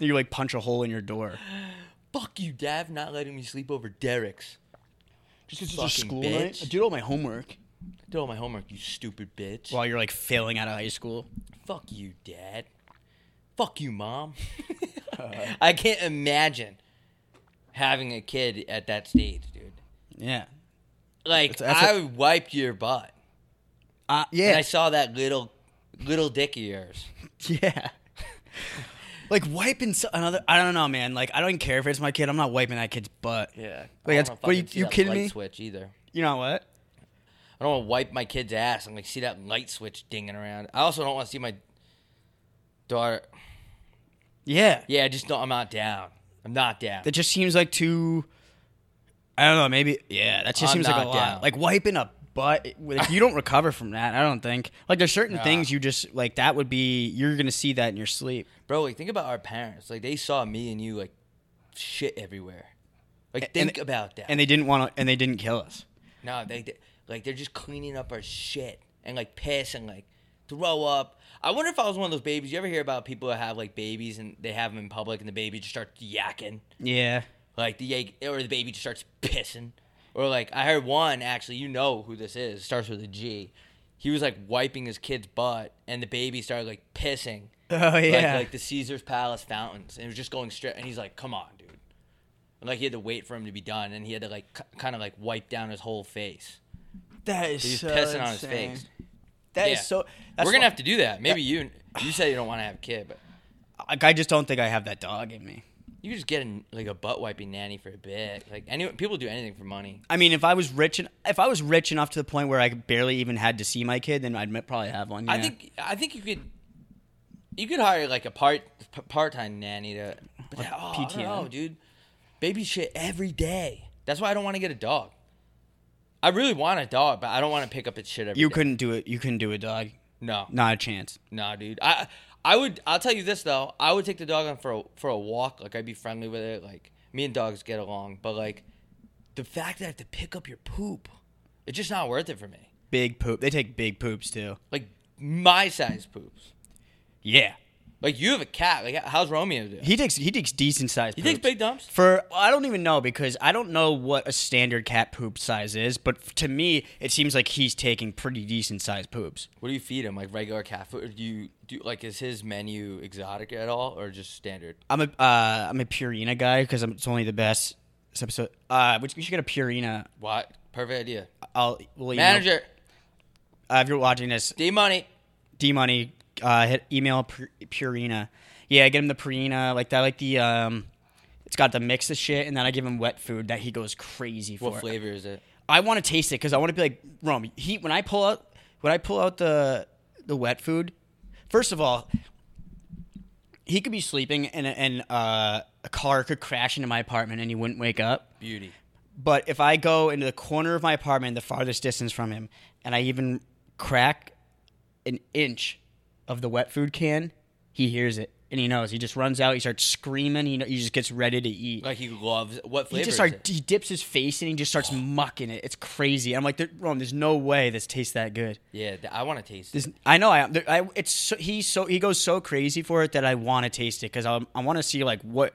you like punch a hole in your door Fuck you, dad, for not letting me sleep over Derek's. just because Fucking bitch. I did all my homework Did all my homework, you stupid bitch. while you're like failing out of high school. Fuck you, dad. Fuck you, mom. I can't imagine having a kid at that stage, dude. Yeah. Like That's- that's I wiped your butt. Uh, And yeah. I saw that little little dick of yours. Yeah. like wiping so- another. I don't know, man. Like I don't even care if it's my kid. I'm not wiping that kid's butt. Yeah. Wait, that's- what, you- you kidding light me? switch either. You know what? I don't want to wipe my kid's ass and like see that light switch dinging around. I also don't want to see my daughter. Yeah. Yeah, I just don't. I'm not down. I'm not down. That just seems like too. I don't know. Maybe yeah. That just I'm seems like a not lot. down. Like wiping a butt. it- Like, you don't recover from that. I don't think. Like there's certain Nah. things you just like. That would be you're gonna see that in your sleep. Bro, like think about our parents. Like they saw me and you like shit everywhere. Like think about that. And they didn't want to. And they didn't kill us. no, they they- like they're just cleaning up our shit and like piss and like throw up. I wonder if I was one of those babies. You ever hear about people that have like babies and they have them in public and the baby just starts yakking? Yeah. Like the egg, or the baby just starts pissing, or like I heard one actually. You know who this is? It starts with a G. He was like wiping his kid's butt, and the baby started like pissing, Oh like, yeah. like the Caesar's Palace fountains, and it was just going straight. And he's like, "Come on, dude!" And like he had to wait for him to be done, and he had to like c- kind of like wipe down his whole face. that is He was so pissing on his insane. face. That is Yeah. so. We're That's gonna have to do that. Maybe you you said you don't want to have a kid, but Like, I just don't think I have that dog in me. you could just get an, like a butt wiping nanny for a bit. Like any people do anything for money. I mean, if I was rich, en- if I was rich enough to the point where I barely even had to see my kid, then I'd m- probably have one. I yeah. think I think you could you could hire like a part part time nanny to but that, oh, I don't PTN? know, dude. Baby shit every day. That's why I don't want to get a dog. I really want a dog, but I don't want to pick up its shit every you day. couldn't do it. You couldn't do a dog. no, no, Not a chance. dude. I I would. I'll tell you this though. I would take the dog on for a, for a walk. Like I'd be friendly with it. Like me and dogs get along, but like the fact that I have to pick up your poop, it's just not worth it for me. Big poop. They take big poops too. Like my size poops. Yeah. Like you have a cat. Like how's Romeo doing? He takes he takes decent sized. He takes big dumps. For I don't even know because I don't know what a standard cat poop size is, but f- to me it seems like he's taking pretty decent sized poops. What do you feed him? Like regular cat food? Or do you do like is his menu exotic at all or just standard? I'm a uh, I'm a Purina guy because it's only the best. This episode, uh, which we should get a Purina. What? Perfect idea. I'll we'll email- Manager, Uh, if you're watching this, D money. D Money, uh, hit email Pur- Purina. Yeah, get him the Purina. Like that, like the um, It's got the mix of shit, and then I give him wet food that he goes crazy for. What flavor is it? I want to taste it because I want to be like rum. He when I pull out when I pull out the the wet food, first of all, he could be sleeping and and uh, a car could crash into my apartment and he wouldn't wake up. Beauty. But if I go into the corner of my apartment, the farthest distance from him, and I even crack an inch of the wet food can, he hears it and he knows. He just runs out. He starts screaming. He, kn- he just gets ready to eat. Like he loves. What flavor? he just is starts. it? Oh. He dips his face and he just starts mucking it. It's crazy. I'm like, there- Rome, there's no way this tastes that good. Yeah, th- I want to taste. it. There's, I know. I, there- I it's so, he's so he goes so crazy for it that I want to taste it because I I want to see like what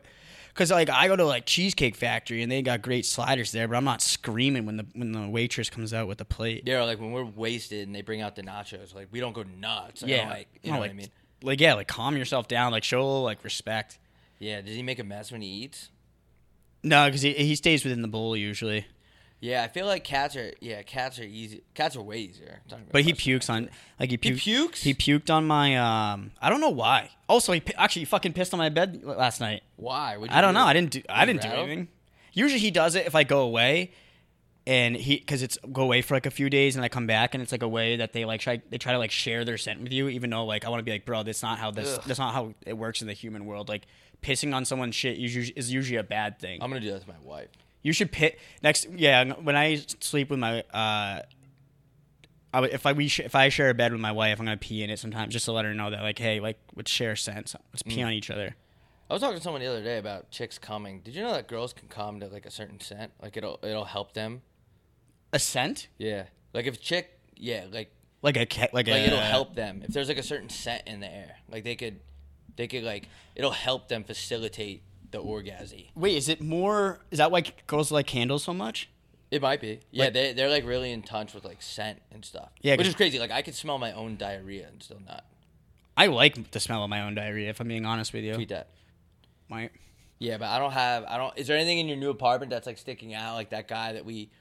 because like I go to like Cheesecake Factory and they got great sliders there, but I'm not screaming when the when the waitress comes out with the plate. Yeah, like when we're wasted and they bring out the nachos, like we don't go nuts. I don't like you I'm know what like, I mean. Like yeah, like calm yourself down. Like show like respect. Yeah, does he make a mess when he eats? No, because he he stays within the bowl usually, Yeah, I feel like cats are. Yeah, cats are easy. Cats are way easier. Talking about but he us. pukes on like he He pukes. pukes. He puked on my um. I don't know why. Also, he pi- actually he fucking pissed on my bed last night. Why? What'd you I don't do? know. I didn't do. I you didn't do rattled? anything. Usually he does it if I go away, and he because it's go away for like a few days and I come back and it's like a way that they like try they try to like share their scent with you even though like I want to be like bro that's not how this Ugh. that's not how it works in the human world like pissing on someone's shit is usually, is usually a bad thing. I'm gonna do that to my wife. You should pit next. Yeah, when I sleep with my, uh, I would- if I we sh- if I share a bed with my wife, I'm gonna pee in it sometimes just to let her know that like, hey, like let's share sense, let's pee Mm. on each other. I was talking to someone the other day about chicks coming. Did you know that girls can come to like a certain scent? Like it'll it'll help them. A scent, Yeah. Like if chick, yeah, like like a ca- like like, a, it'll help them. If there's like a certain scent in the air, like they could, they could like it'll help them facilitate the orgasm. Wait, is it more? Is that why girls like candles so much? It might be. Yeah, they they're like really in touch with like scent and stuff. Yeah, which 'cause- is crazy. Like I could smell my own diarrhea and still not I like the smell of my own diarrhea. If I'm being honest with you, tweet that. my Yeah, but I don't have. I don't. Is there anything in your new apartment that's like sticking out? Like that guy that we,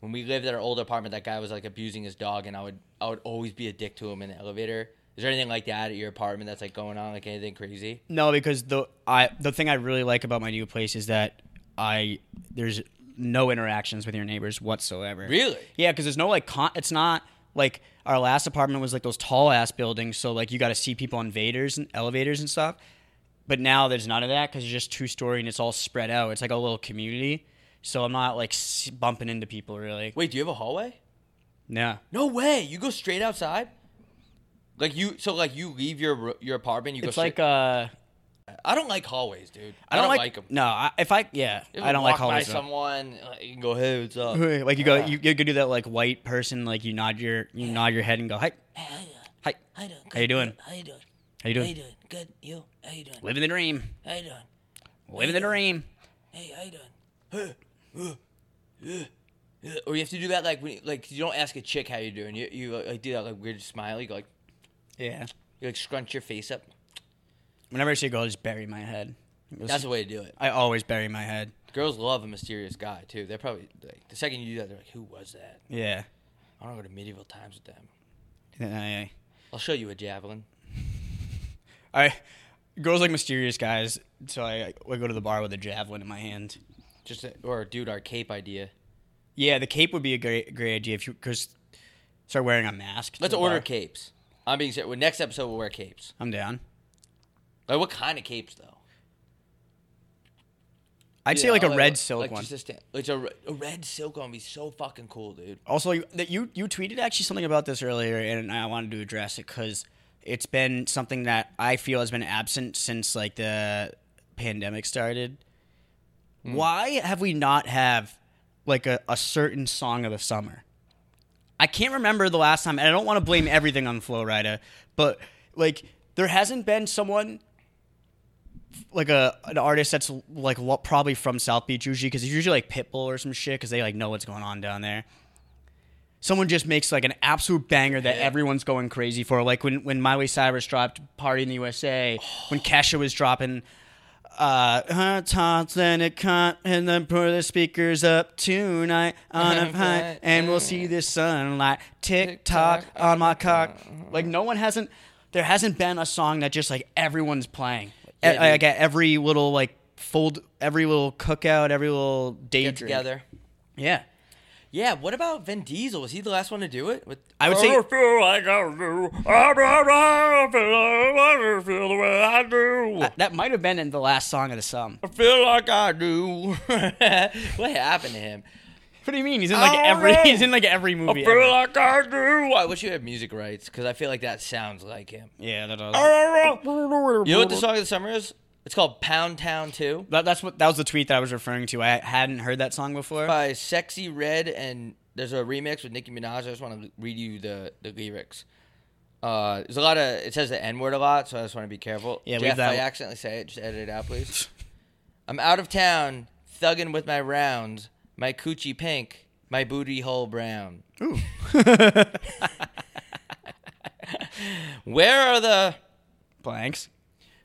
when we lived at our old apartment, that guy was like abusing his dog, and I would I would always be a dick to him in the elevator. Is there anything like that at your apartment that's like going on? Like anything crazy? No, because the I the thing I really like about my new place is that I there's no interactions with your neighbors whatsoever. Really? Yeah, because there's no like con- it's not like our last apartment was like those tall ass buildings, so like you got to see people on vaders and elevators and stuff. But now there's none of that because it's just two story and it's all spread out. It's like a little community, so I'm not like s- bumping into people really. Wait, do you have a hallway? Yeah. No way. You go straight outside. Like you, so like you leave your ro- your apartment. You go. It's like straight, uh, I don't like hallways, dude. I don't, like, them. No, I, if I yeah, I don't like by hallways. though. someone. like, You can go, hey, what's up? like you go, you, you could do that like white person, like you nod your you nod your head and go, hi, hi, How you doing? How you doing? How you doing? how you How you doing? doing? Good. You? How you doing? Living the dream, How you doing? living the dream. Hey, how you doing? Or you have to do that like when, like you don't ask a chick how you're doing. You you like do that like weird smile. You go like Yeah. you like scrunch your face up. Whenever I see a girl, I just bury my head. It was- That's the way to do it. I always bury my head. Girls love a mysterious guy too. They're probably like the second you do that, they're like, "Who was that?" Yeah. I want to go to medieval times with them. And I- I'll show you a javelin. I- girls like mysterious guys, so I, I go to the bar with a javelin in my hand. Just a, or dude, our cape idea. Yeah, the cape would be a great great idea if you because start wearing a mask. to Let's the order bar. capes. I'm being serious. Well, next episode we'll wear capes. I'm down. Like what kind of capes though? I'd say Yeah, like a red like, silk like one. Just a sta- like a, re- a red silk one would be so fucking cool, dude. Also, you, that you you tweeted actually something about this earlier, and I wanted to address it because it's been something that I feel has been absent since like the pandemic started. Hmm. Why have we not have like a, a certain song of the summer? I can't remember the last time, and I don't want to blame everything on Flow Rida, but like there hasn't been someone like a an artist that's like lo- probably from South Beach usually because it's usually like Pitbull or some shit because they like know what's going on down there. Someone just makes like an absolute banger that everyone's going crazy for, like when when Miley Cyrus dropped "Party in the USA," when Kesha was dropping uh, her thoughts and it con- and then put the speakers up tonight on a high, and we'll see the sunlight. Tick tock Uh, uh-huh. on my cock. Like no one hasn't, there hasn't been a song that just like everyone's playing. E- Yeah, dude. like at every little like fold every little cookout, every little day Get drink. together. Yeah. Yeah, what about Vin Diesel? Was he the last one to do it? With, I would say- don't feel like I do. I don't feel- I don't feel the way I do. That- That might have been in the last song of the song. I feel like I do. what happened to him? What do you mean? He's in I like don't every know. he's in like every movie. I ever. feel like I do. I wish you had music rights because I feel like that sounds like him. yeah, that, You know what the song of the summer is? It's called Pound Town 2 that- that's what that was the tweet that I was referring to. I hadn't heard that song before. by Sexy Red, and there's a remix with Nicki Minaj. I just want to read you the, the lyrics. Uh, there's a lot of it says the N word a lot, so I just want to be careful. Yeah, Jeff, leave that- if I accidentally say it, just edit it out, please. I'm out of town, thuggin' with my rounds, my coochie pink, my booty hole brown. Ooh. Where are the blanks,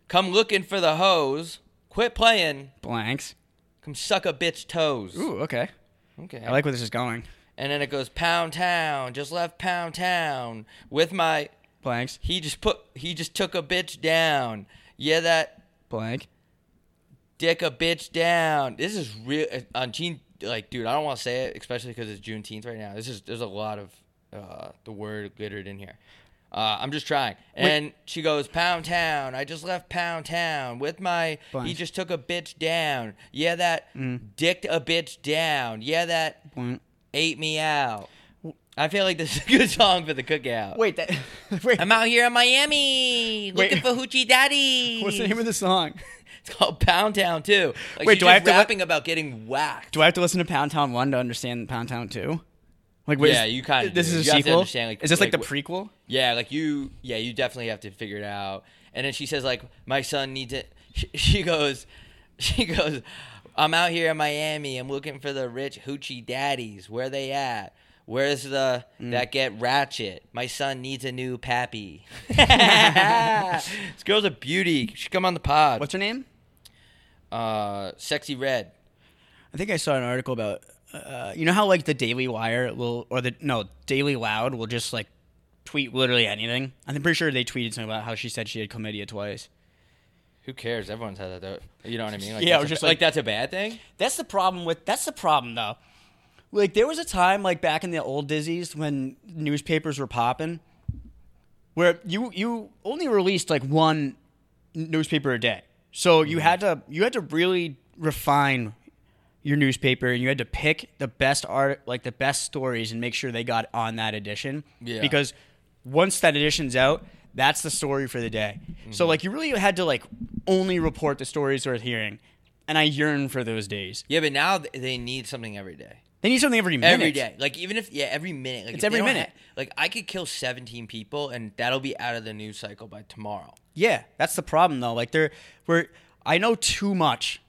come looking for the hoes? Quit playing, blanks. come suck a bitch toes. Ooh, okay. Okay. I like where this is going. And then it goes Pound Town, just left Pound Town with my Blanks, he just put he just took a bitch down. Yeah, that blank. dick a bitch down. This is real uh, on Gene. Like, dude, I don't want to say it, especially because it's Juneteenth right now. This is there's a lot of uh, the word glittered in here. Uh, I'm just trying. And she goes, Pound Town. I just left Pound Town with my. He Blank. just took a bitch down. Yeah, that dicked a bitch down. Yeah, that Blank. ate me out. I feel like this is a good song for the cookout. Wait, that wait. I'm out here in Miami Wait. looking for hoochie daddy. What's the name of the song? It's called Pound Town too. Like Wait, she's do just I have to let- rapping about getting whacked? Do I have to listen to Pound Town One to understand Pound Town Two? Like, wait, Yeah, you kinda This do. is You a have to sequel. understand, like- is this like, like, the wh- prequel? Yeah, like you. Yeah, you definitely have to figure it out. And then she says like, my son needs it. She, she goes, she goes. I'm out here in Miami. I'm looking for the rich hoochie daddies. Where they at? Where's the Mm. that get ratchet? My son needs a new pappy. this girl's a beauty. She come on the pod. What's her name? uh, sexy red. I think I saw an article about uh, you know how like the Daily Wire will or the no Daily Loud will just like tweet literally anything. I'm pretty sure they tweeted something about how she said she had chlamydia twice. Who cares? Everyone's had that. Though. You know what I mean? Like, Yeah, that's or a- just like, like- that's a bad thing. That's the problem with that's the problem though. Like there was a time like back in the old dizzies when newspapers were popping where you you only released like one newspaper a day. So Mm-hmm. you had to you had to really refine your newspaper and you had to pick the best art like the best stories and make sure they got on that edition. Yeah. Because once that edition's out, that's the story for the day. Mm-hmm. So like you really had to like only report the stories worth hearing. And I yearn for those days. Yeah, but now th- they need something every day. They need something every minute. Every day, like even if yeah, every minute. Like It's if they every don't minute. ha- like I could kill seventeen people, and that'll be out of the news cycle by tomorrow. Yeah, that's the problem though. Like there we're I know too much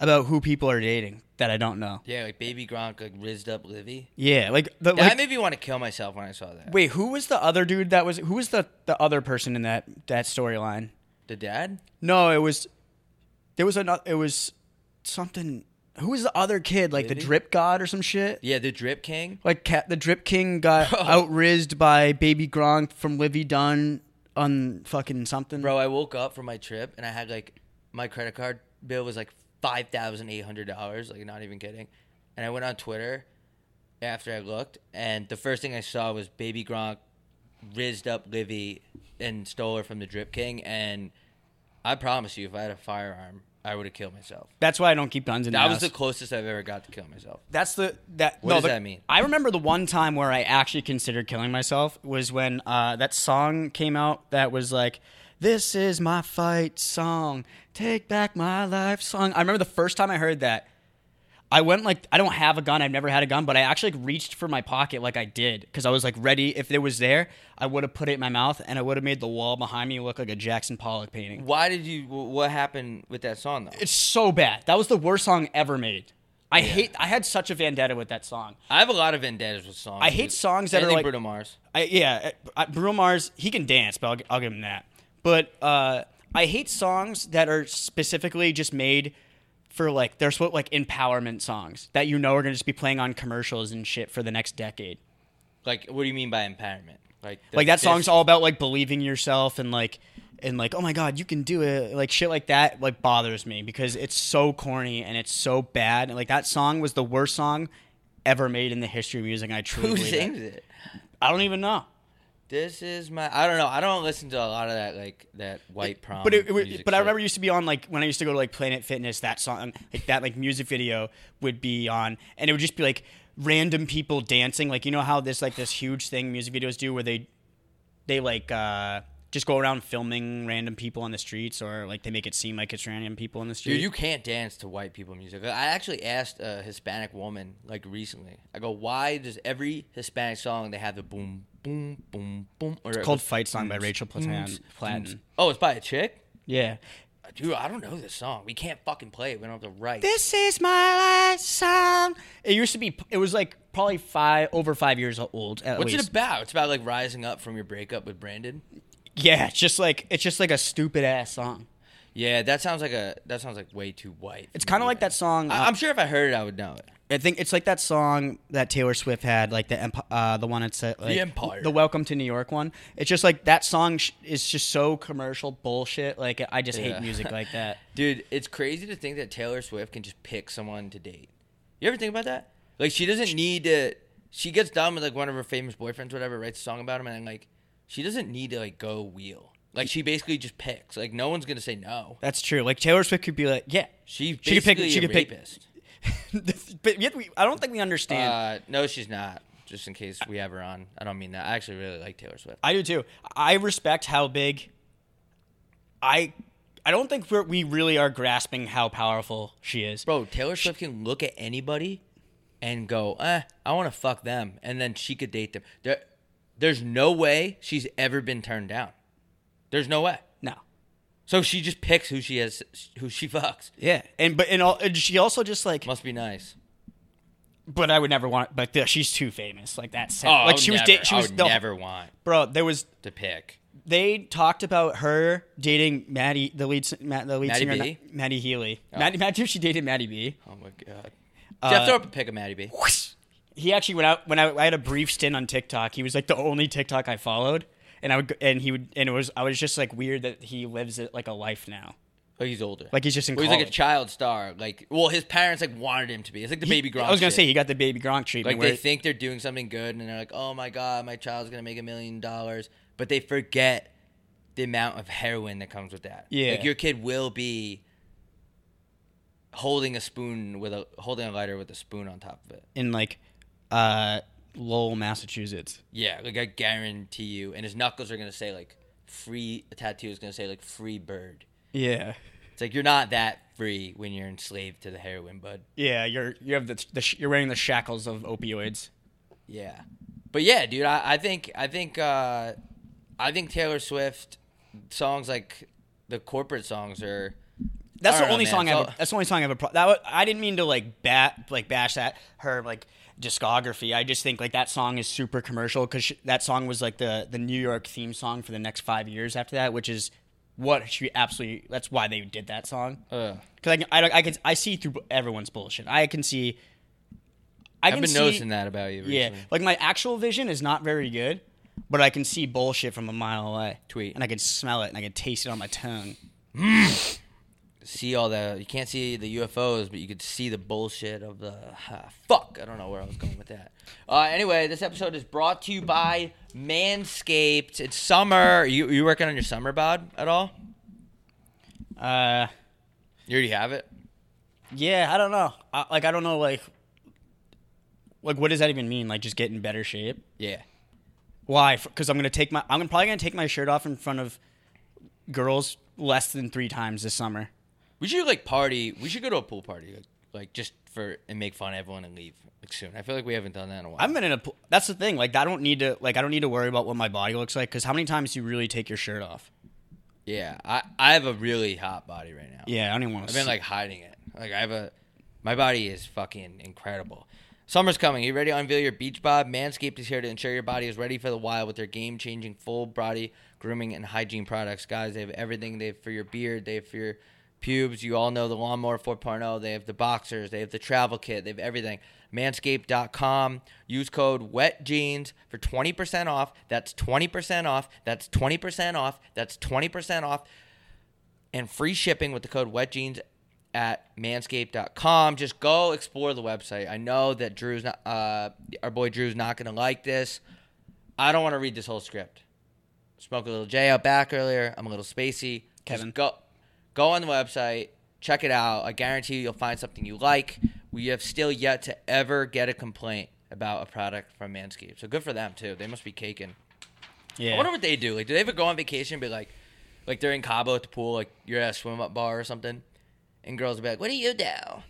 about who people are dating that I don't know. Yeah, like baby Gronk, like rizzed up Livy. Yeah, like the That like, made me want to kill myself when I saw that. wait, who was the other dude that was who was the the other person in that that storyline? The dad, No, it was there was another it was something who was the other kid like the Maybe? drip god or some shit? yeah, the drip king. Like cat, the drip king got outrizzed by baby Gronk from Livy Dunn on fucking something. Bro, I woke up from my trip and I had like my credit card bill was like five thousand eight hundred dollars. Like not even kidding. And I went on Twitter after I looked, and the first thing I saw was Baby Gronk rizzed up Livy and stole her from the Drip King. And I promise you, if I had a firearm, I would have killed myself. That's why I don't keep guns in the That was house. the closest I've ever got to killing myself. That's the that. What no, does the- that mean? I remember the one time where I actually considered killing myself was when uh, that song came out that was like, "This is my fight song, take back my life song." I remember the first time I heard that, I went like, "I don't have a gun. I've never had a gun," but I actually like, reached for my pocket like I did because I was like ready. If it was there, I would have put it in my mouth and I would have made the wall behind me look like a Jackson Pollock painting. Why did you? wh- What happened with that song though? It's so bad. That was the worst song ever made. I hate. I had such a vendetta with that song. I have a lot of vendettas with songs. I hate dude. songs that are Anything like- Bruno Mars. I, yeah, I, Bruno Mars, he can dance, but I'll, gi- I'll give him that. But uh, I hate songs that are specifically just made for like they're sort of like empowerment songs that you know are gonna just be playing on commercials and shit for the next decade. Like, what do you mean by empowerment? Like, the like that fist- song's all about like believing in yourself and like and like, oh my god, you can do it, like shit like that, like bothers me because it's so corny and it's so bad. And like that song was the worst song ever made in the history of music. And I truly Who believe that. sings it? I don't even know. This is my. I don't know. I don't listen to a lot of that like that white prom. But it, it would- Um, music but I shit. remember it used to be on like when I used to go to like Planet Fitness, that song like that like music video would be on, and it would just be like random people dancing, like you know how this like this huge thing music videos do where they they like uh just go around filming random people on the streets or like they make it seem like it's random people on the street. Dude, you can't dance to white people music. I actually asked a Hispanic woman like recently. I go, why does every Hispanic song they have the boom, boom, boom, boom? Or called "Fight Song" by Rachel Mm. Platan. Ooms, ooms. Platten. Oh, it's by a chick. Yeah. Dude, I don't know this song. We can't fucking play it. We don't have the right. This is my last song. It used to be. It was like probably five over five years old. At What's least. it about? It's about like rising up from your breakup with Brandon. Yeah, it's just like it's just like a stupid ass song. Yeah, that sounds like a that sounds like way too white. It's kind of like that song. I, uh, I'm sure if I heard it, I would know it. I think it's like that song that Taylor Swift had, like the emp- uh, the one that's uh, like, Empire. the Welcome to New York one. It's just like that song sh- is just so commercial bullshit. Like I just Yeah. hate music like that. Dude, it's crazy to think that Taylor Swift can just pick someone to date. You ever think about that? Like she doesn't need to. She gets done with like one of her famous boyfriends, whatever, writes a song about him, and like she doesn't need to like go wheel. Like she basically just picks. Like no one's gonna say no. That's true. Like Taylor Swift could be like, yeah, She's She could pick- basically she a could pick- rapist. but yet we, I don't think we understand. Uh, no, she's not. Just in case we have her on. I don't mean that. I actually really like Taylor Swift. I do too. I respect how big. I, I don't think we're, we really are grasping how powerful she is. Bro, Taylor Swift can look at anybody and go, eh, I want to fuck them. And then she could date them. There, there's no way she's ever been turned down. There's no way. No. So she just picks who she has, who she fucks. Yeah, and but and, all, and she also just like Must be nice. but I would never want. But uh, she's too famous. Like that's Oh, like she was da- she was I would no, never want bro. There was to pick. they talked about her dating Maddie, the lead s- Ma- the lead Maddie singer, B? Maddie Healy. Maddie, imagine if she dated Maddie B. Oh my god. Jeff, Uh, throw up a pic of Maddie B. He actually went out when I, I had a brief stint on TikTok. He was like the only TikTok I followed, and I would go- and he would and it was I was just like weird that he lives it like a life now. Oh, he's older. Like he's just in well, he's college. like a child star. Like, well, his parents like wanted him to be. It's like the baby Gronk. I was gonna shit. say he got the baby Gronk treatment. Like where they think they're doing something good and they're like, "Oh my god, my child's going to make a million dollars." But they forget the amount of heroin that comes with that. Yeah. Like your kid will be holding a spoon with a holding a lighter with a spoon on top of it. in like uh, Lowell, Massachusetts. Yeah, like I guarantee you and his knuckles are going to say like free a tattoo is going to say like free bird. Yeah. It's like you're not that free when you're enslaved to the heroin, bud. Yeah, you're you have the, the sh- you're wearing the shackles of opioids. Yeah, but yeah, dude, I, I think I think uh, I think Taylor Swift songs like the corporate songs are. I That's the don't know, only man. song I So- ever, that's the only song I ever pro- that wa- I didn't mean to like bat like bash that her like discography. I just think like that song is super commercial cuz that song was like the the New York theme song for the next 5 years after that, which is what she absolutely that's why they did that song. Ugh. Cuz I can, I, I can I see through everyone's bullshit. I can see I I've can been see, noticing that about you. Recently. Yeah, like my actual vision is not very good, but I can see bullshit from a mile away. Tweet. and I can smell it and I can taste it on my tongue. See all the you can't see the UFOs, but you could see the bullshit of the ah, fuck. I don't know where I was going with that. Uh, anyway, this episode is brought to you by Manscaped. It's summer. Are you you working on your summer bod at all? Uh, You already have it. yeah, I don't know. I, like I don't know, like, like what does that even mean? Like just get in better shape? Yeah. Why? Because I'm gonna take my I'm probably gonna take my shirt off in front of girls less than three times this summer. We should like party. We should go to a pool party, like, like just for and make fun of everyone and leave like soon. I feel like we haven't done that in a while. I've been in a. pl- That's the thing. Like I don't need to. Like I don't need to worry about what my body looks like. Because how many times do you really take your shirt off? yeah, I I have a really hot body right now. Yeah, I don't even want to. I've been like hiding it. Like I have a, my body is fucking incredible. Summer's coming. You ready to unveil your beach bob? Manscaped is here to ensure your body is ready for the wild with their game-changing full body grooming and hygiene products. Guys, they have everything. They have for your beard. They have for your pubes. You all know the lawnmower 4.0. They have the boxers. They have the travel kit. They have everything. manscaped.com. Use code WETJEANS for 20% off. That's 20% off. That's 20% off. That's 20% off. And free shipping with the code WETJEANS at manscaped.com. Just go explore the website. I know that Drew's not, uh, our boy Drew's not going to like this. I don't want to read this whole script. Smoke a little J out back earlier. I'm a little spacey. Just Kevin. go go on the website, check it out. I guarantee you you'll find something you like. We have still yet to ever get a complaint about a product from Manscaped. So good for them too. They must be caking. I Yeah. wonder what they do. Like, do they ever go on vacation and be like, like they're in Cabo at the pool, like you're at a swim up bar or something, and girls will be like, "What do you do?" And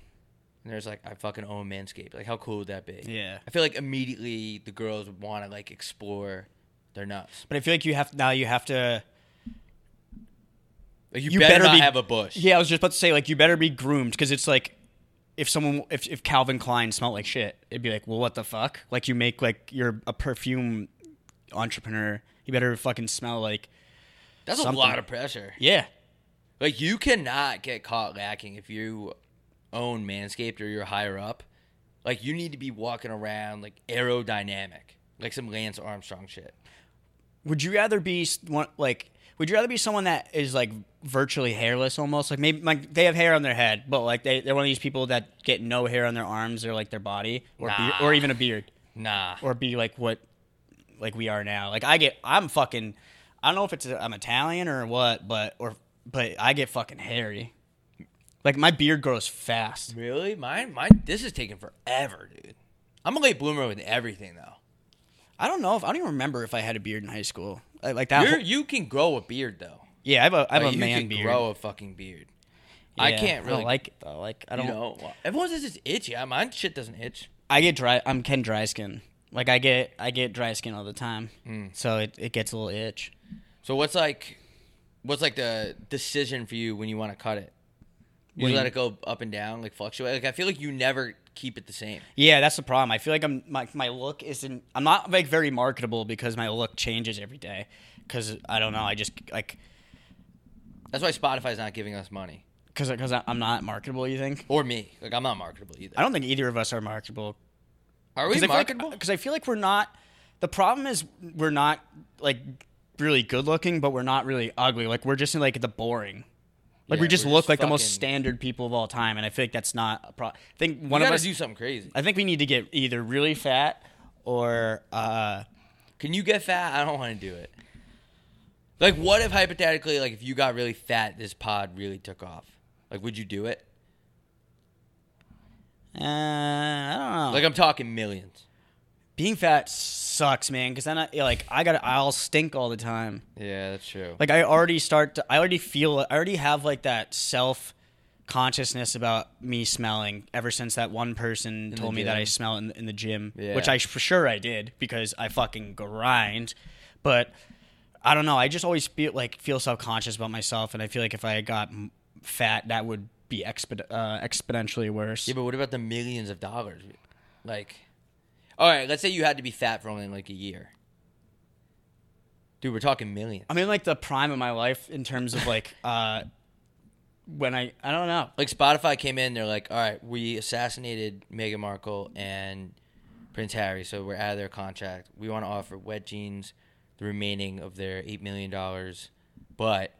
there's like, "I fucking own Manscaped." Like, how cool would that be? Yeah. I feel like immediately the girls would want to like explore their nuts. But I feel like you have now. You have to. Like, you, You better, better not be- have a bush. Yeah, I was just about to say like you better be groomed because it's like if someone if if Calvin Klein smelled like shit, it'd be like, well, what the fuck? Like you make like you're a perfume entrepreneur. You better fucking smell like That's something. a lot of pressure. yeah. Like you cannot get caught lacking if you own Manscaped or you're higher up. Like you need to be walking around like aerodynamic, like some Lance Armstrong shit. Would you rather be s- one like? Would you rather be someone that is like virtually hairless, almost like maybe like they have hair on their head, but like they they're one of these people that get no hair on their arms or like their body, or be- Nah. or even a beard, Nah. or be like what like we are now. Like I get I'm fucking I don't know if it's I'm Italian or what, but or but I get fucking hairy. Like my beard grows fast. Really? Mine mine this is taking forever, dude. I'm a late bloomer with everything though. I don't know if I don't even remember if I had a beard in high school. Like, like that. You're, whole- you can grow a beard though. yeah, I have a I have Like, a you man can beard. grow a fucking beard. I Yeah, can't really don't like it though. Like I you don't know. well, Everyone says it's itchy. I- Mine shit doesn't itch. I get dry. I'm Ken dry skin. Like I get, I get dry skin all the time. Mm. So it, it gets a little itch. So what's like what's like the decision for you when you want to cut it? You What do let you- it go up and down, like fluctuate. Like I feel like you never keep it the same. Yeah, that's the problem. I feel like I'm my my look isn't. I'm not like very marketable because my look changes every day. Because I don't know. I just like That's why Spotify's not giving us money because because I'm not marketable. You think? or me. Like I'm not marketable either. I don't think either of us are marketable. Are we I feel like- marketable? 'cause I feel like we're not. The problem is we're not like really good looking, but we're not really ugly. Like we're just in like the boring. Like we Yeah, just we're look just like the most fucking- standard people of all time, and I feel like that's not a problem. I think you one of gotta us do something crazy. I think we need to get either really fat or uh Can you get fat? I don't want to do it. Like, what if hypothetically, like, if you got really fat, this pod really took off? Like, would you do it? uh I don't know. Like, I'm talking millions. being fat sucks, man, cuz then I like I got to I'll stink all the time. Yeah, that's true. Like, Like I already start to I already feel I already have like that self consciousness about me smelling ever since that one person told me that gym. I smell in, in the gym, Yeah. which I for sure I did because I fucking grind, but I don't know. I just always feel like feel self conscious about myself, and I feel like if I got m- fat, that would be expo- uh, exponentially worse. yeah, but what about the millions of dollars? Like, all right, let's say you had to be fat for only like a year. Dude, we're talking millions. I'm in like the prime of my life in terms of like uh, when I I don't know. Like, Spotify came in, they're like, all right, we assassinated Meghan Markle and Prince Harry, so we're out of their contract. We want to offer Wet Jeans the remaining of their $8 million, but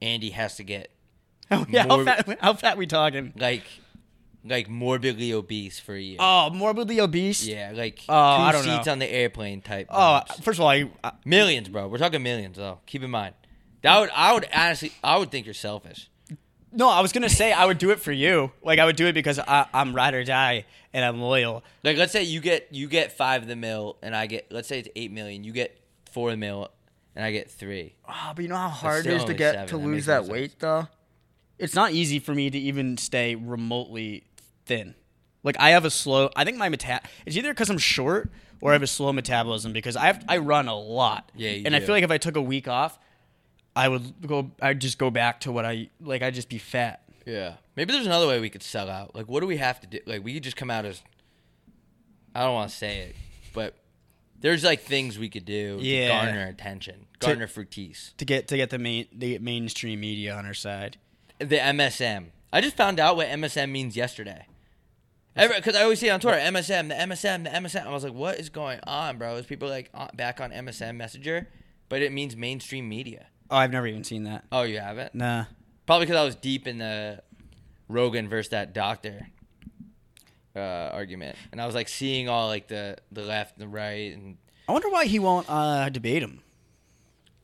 Andy has to get yeah, More- how fat how fat we talking? like like morbidly obese for a year. Oh, morbidly obese. yeah, like two Oh, I don't seats know. on the airplane type. Oh, vibes. first of all, I, I, millions, bro. We're talking millions, though. Keep in mind. That would I would honestly I would think you're selfish. no, I was gonna say I would do it for you. Like I would do it because I, I'm ride or die and I'm loyal. Like let's say you get you get five of the mill and I get let's say it's eight million, you get four of the mill and I get three. Oh, but you know how hard still only seven. That makes no sense. though. It's not easy for me to even stay remotely thin. Like I have a slow. I think my meta. It's either because I'm short or I have a slow metabolism because I have I run a lot. Yeah, you and I do. feel like if I took a week off, I would go. I'd just go back to what I like. I'd just be fat. Yeah. Maybe there's another way we could sell out. Like what do we have to do? Like we could just come out as I don't want to say it, but there's like things we could do Yeah. to garner attention, garner fructis. to get to get the main the mainstream media on our side. the MSM. I just found out what MSM means yesterday. Because I always see it on Twitter, MSM, the MSM, the MSM. I was like, what is going on, bro? Is people like on, back on MSM Messenger? But it means mainstream media. Oh, I've never even seen that. Oh, you haven't? Nah. Probably because I was deep in the Rogan versus that doctor uh, argument, and I was like seeing all like the the left, the right, and I wonder why he won't uh, debate him.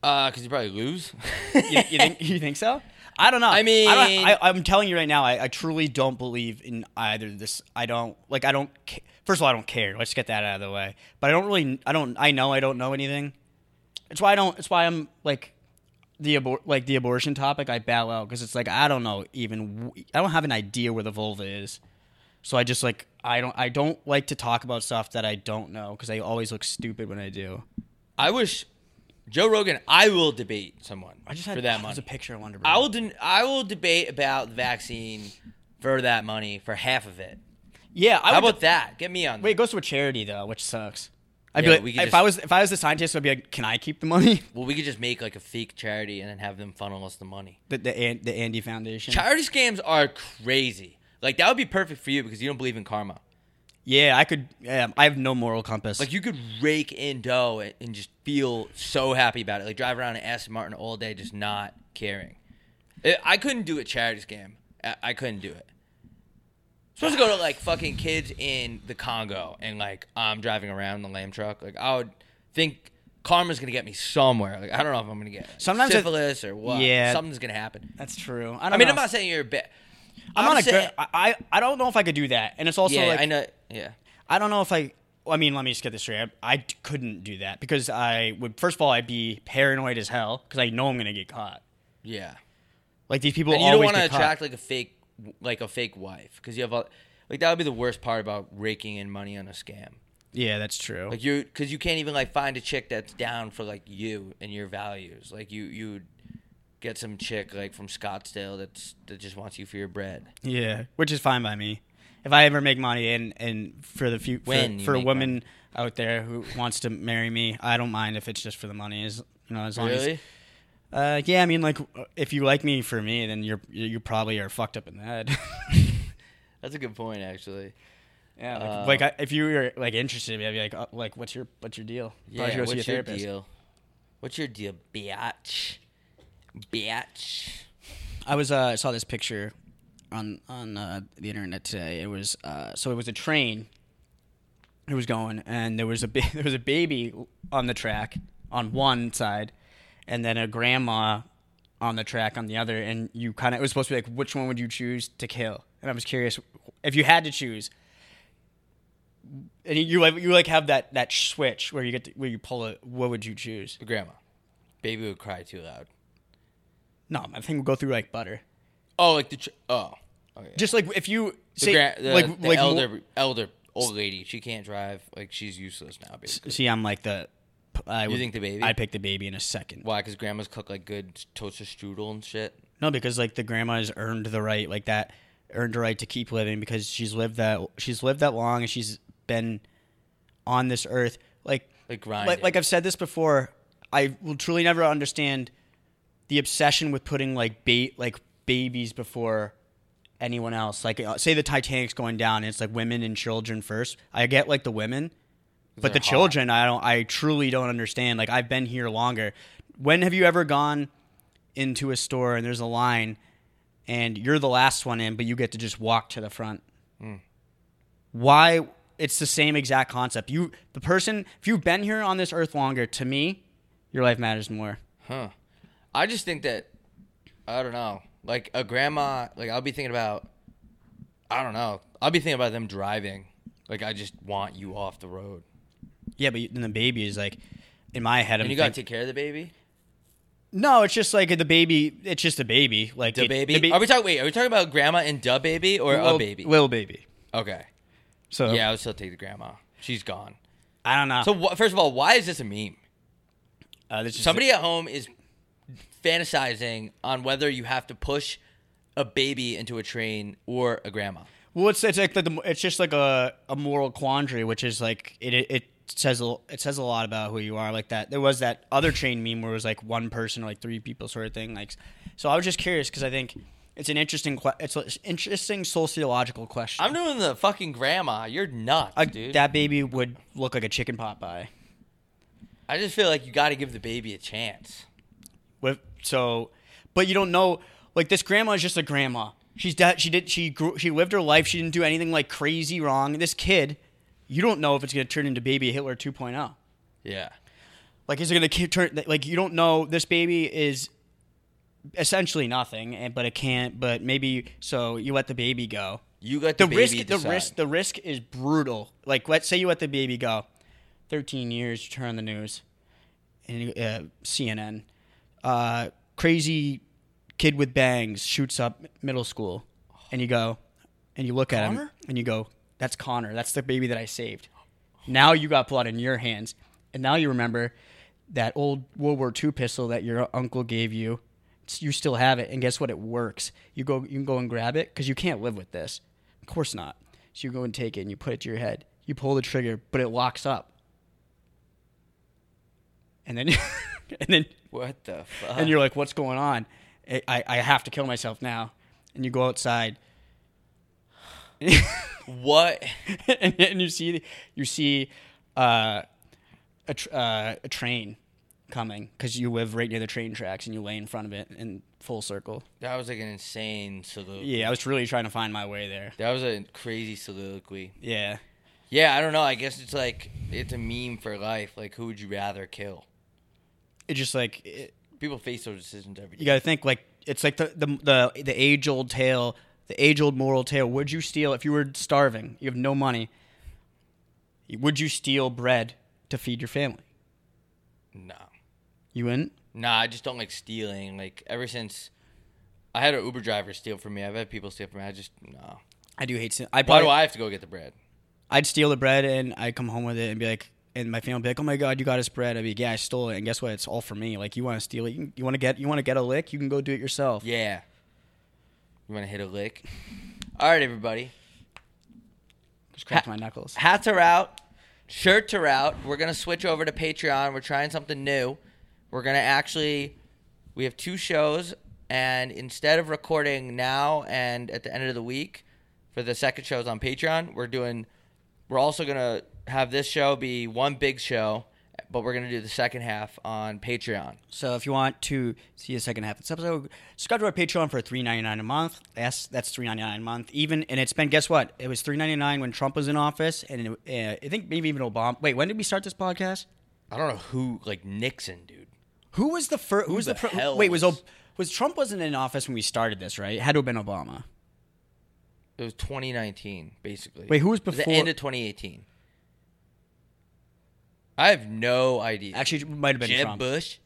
because uh, you probably lose. You, you think you think so? I don't know. I mean- I don't, I, I'm telling you right now, I, I truly don't believe in either of this. I don't like. I don't. ca- First of all, I don't care. Let's get that out of the way. But I don't really. I don't. I know. I don't know anything. It's why I don't. It's why I'm like the abor- like the abortion topic. I bow out because it's like I don't know even. w- I don't have an idea where the vulva is. So I just like I don't. I don't like to talk about stuff that I don't know because I always look stupid when I do. I wish Joe Rogan. I will debate someone. I just had for that there's money. a picture I wanted to bring I up. will. Den- I will debate about the vaccine for that money for half of it. Yeah, I How would about that? Get me on. Wait, it goes to a charity though, which sucks. I'd Yeah, be like, we if could I just- was if I was the scientist, I'd be like, can I keep the money? Well, we could just make like a fake charity and then have them funnel us the money. The the, An- the Andy Foundation. Charity scams are crazy. Like that would be perfect for you because you don't believe in karma. yeah, I could. Yeah, I have no moral compass. Like you could rake in dough and- and just feel so happy about it. Like drive around in Aston Martin all day, just not caring. I- I couldn't do a charity scam. I- I couldn't do it. supposed to go to like fucking kids in the Congo and like I'm driving around in the lamb truck. Like I would think karma's gonna get me somewhere. Like I don't know if I'm gonna get Sometimes I- syphilis or what. Yeah. something's gonna happen. that's true. I, I, don't mean, know. I'm not saying you're a bit. I'm not a saying, good. I, I I don't know if I could do that, and it's also yeah, like I know. Yeah, I don't know if I. well, I mean, let me just get this straight. I, I t- couldn't do that because I would first of all I'd be paranoid as hell because I know I'm gonna get caught. yeah. Like these people And you always don't want to get caught. attract like a fake, like a fake wife, because you have all, like that would be the worst part about raking in money on a scam. yeah, that's true. Like you, because you can't even like find a chick that's down for like you and your values. Like you, you would get some chick like from Scottsdale that's that just wants you for your bread. Yeah, which is fine by me. If I ever make money and and for the few for, When you for a make woman out there who wants to marry me, I don't mind if it's just for the money. As you know, as long Really? as uh, yeah, I mean, like if you like me for me, then you're you probably are fucked up in the head. That's a good point, actually. yeah, Uh, like, like I, if you were like interested, in me, I'd be like, oh, like what's your what's your deal? Probably Yeah. should go see a What's your therapist. deal? What's your deal, bitch? Bitch. I was uh, I saw this picture on on uh, the internet today. It was uh, so it was a train. It was going, and there was a ba- there was a baby on the track on one side, and then a grandma on the track on the other. And you kind of it was supposed to be like, which one would you choose to kill? And I was curious if you had to choose. And you like you like have that that switch where you get to, where you pull it. What would you choose? The grandma. Baby would cry too loud. No, I think we'll go through like butter. Oh, like the. Ch- oh. Oh yeah. Just like if you the say gra- the, like the like mo- elder elder old lady. She can't drive. Like she's useless now. Basically. See, I'm like the. I would, think the baby? I pick the baby in a second. Why? Because grandmas cook like good toaster strudel and shit. No, because like the grandma has earned the right, like that, earned the right to keep living because she's lived that she's lived that long and she's been on this earth. Like, Like grinding. like, like I've said this before, I will truly never understand the obsession with putting like bait like babies before anyone else. Like, uh, say the Titanic's going down, and it's like women and children first. I get like the women, but the They're hot. children, I don't. I truly don't understand. Like, I've been here longer. When have you ever gone into a store and there's a line, and you're the last one in, but you get to just walk to the front? Hmm. Why? It's the same exact concept. You, the person, if you've been here on this earth longer, to me, your life matters more. huh? I just think that I don't know. Like a grandma. Like I'll be thinking about. I don't know. I'll be thinking about them driving. Like I just want you off the road. Yeah, but then the baby is like, in my head, I'm And you gotta thinking- take care of the baby. no, it's just like the baby. It's just a baby, like The it- baby. the ba- are we talking? Wait, are we talking about grandma and da baby or little- a baby? little baby. okay. So Yeah, I would still take the grandma. She's gone. I don't know. So wh- first of all, why is this a meme? uh, this is- Somebody at home is fantasizing on whether you have to push a baby into a train or a grandma. well, it's it's like the, it's just like a, a moral quandary, which is like it it. it says a, it says a lot about who you are like that there was that other train meme where it was like one person or like three people sort of thing like so i was just curious because i think It's an interesting que- it's an interesting sociological question. I'm doing the fucking grandma. You're nuts, I- dude. that baby would look like a chicken pot pie. I just feel like you got to give the baby a chance. With so, but you don't know. Like this grandma is just a grandma. She's dead. She did. She grew. She lived her life. She didn't do anything like crazy wrong. This kid, you don't know if it's gonna turn into baby Hitler 2.0. Yeah. Like, is it gonna ki- turn? Like, you don't know. This baby is essentially nothing, and but it can't. But maybe so. You let the baby go. You got the, The, baby risk. decide. The risk. The risk is brutal. Like, let's say you let the baby go. Thirteen years. You turn on the news, and uh, CNN. Uh, crazy kid with bangs shoots up middle school, and you go, and you look at him, Connor? and you go, "That's Connor. That's the baby that I saved." Now you got blood in your hands, and now you remember that old World War II pistol that your uncle gave you. S- You still have it, and guess what? It works. You go, you can go and grab it because you can't live with this. Of course not. So you go and take it, and you put it to your head. You pull the trigger, but it locks up, and then, and then, What the fuck? and you're like, "What's going on? I, I, I have to kill myself now." And you go outside, what? and, and you see you see uh, a tr- uh, a train coming because you live right near the train tracks and you lay in front of it in full circle. That was like an insane soliloquy. Yeah, I was really trying to find my way there. That was a crazy soliloquy. Yeah, Yeah, I don't know. I guess it's like it's a meme for life. Like, who would you rather kill? it just like it, People face those decisions every you day. got to think like it's like the the the, the age old tale, the age old moral tale. Would you steal if you were starving? You have no money. Would you steal bread to feed your family? No, You wouldn't. nah, I just don't like stealing. Like ever since I had an Uber driver steal from me, I've had people steal from me. I just no. I do hate. Sin- I Why probably, do I have to go get the bread? I'd steal the bread and I'd come home with it and be like, and my family would be like, oh my god, you got us bread. I'd be like, yeah, I stole it, and guess what? It's all for me. Like you want to steal it, you, you want to get, you want to get a lick, you can go do it yourself. Yeah. You want to hit a lick? All right, everybody. Just crack my knuckles. Hats are out. Shirts are out. We're gonna switch over to Patreon. We're trying something new. We're gonna actually. We have two shows, and instead of recording now and at the end of the week for the second shows on Patreon, we're doing. We're also gonna have this show be one big show, but we're gonna do the second half on Patreon. So if you want to see the second half of this episode, subscribe to our Patreon for three ninety nine a month. Yes, that's three ninety nine a month. Even and it's been guess what? It was three ninety nine when Trump was in office, and it, uh, I think maybe even Obama. Wait, when did we start this podcast? I don't know who like Nixon, dude. Who was the first? Who, was the, the pro- hell wait? Was was- Ob- was Trump wasn't in office when we started this? Right? It had to have been Obama. It was 2019, basically. Wait, who was It the before- end of 2018? I have no idea. Actually, it might have been Jeb Trump. Bush.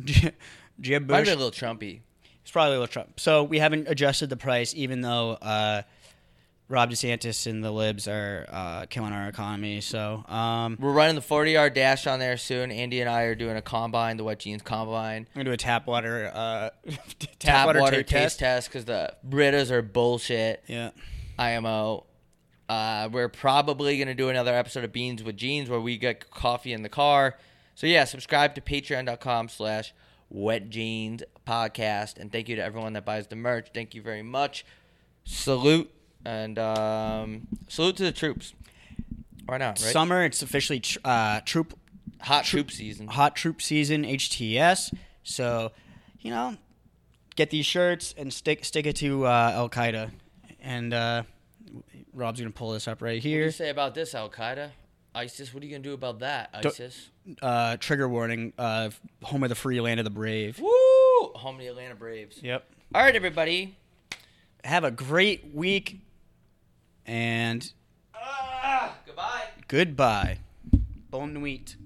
Jeb Might have Bush. been a little Trumpy. It's probably a little Trump. So we haven't adjusted the price, even though uh, Rob DeSantis and the libs are uh, killing our economy. So um, We're running the 40 yard dash on there soon. Andy and I are doing a combine, the wet jeans combine. I'm gonna do a tap water, uh, tap, Tap water, taste taste test because the Britas are bullshit. Yeah, IMO. Uh, we're probably going to do another episode of Beans with Jeans where we get coffee in the car. So, yeah, subscribe to patreon.com slash wet jeans podcast. And thank you to everyone that buys the merch. Thank you very much. Salute. And um, salute to the troops. Why not, right? summer. It's officially tr- uh, troop Hot troop season. hot troop season HTS. So you know, get these shirts and stick stick it to uh, Al Qaeda. And uh, Rob's gonna pull this up right What do here. you say about this, Al Qaeda? ISIS, what are you going to do about that, ISIS? uh, trigger warning uh, home of the free land of the brave Woo! Home of the Atlanta Braves. yep All right, everybody. have a great week and Goodbye. goodbye bon nuit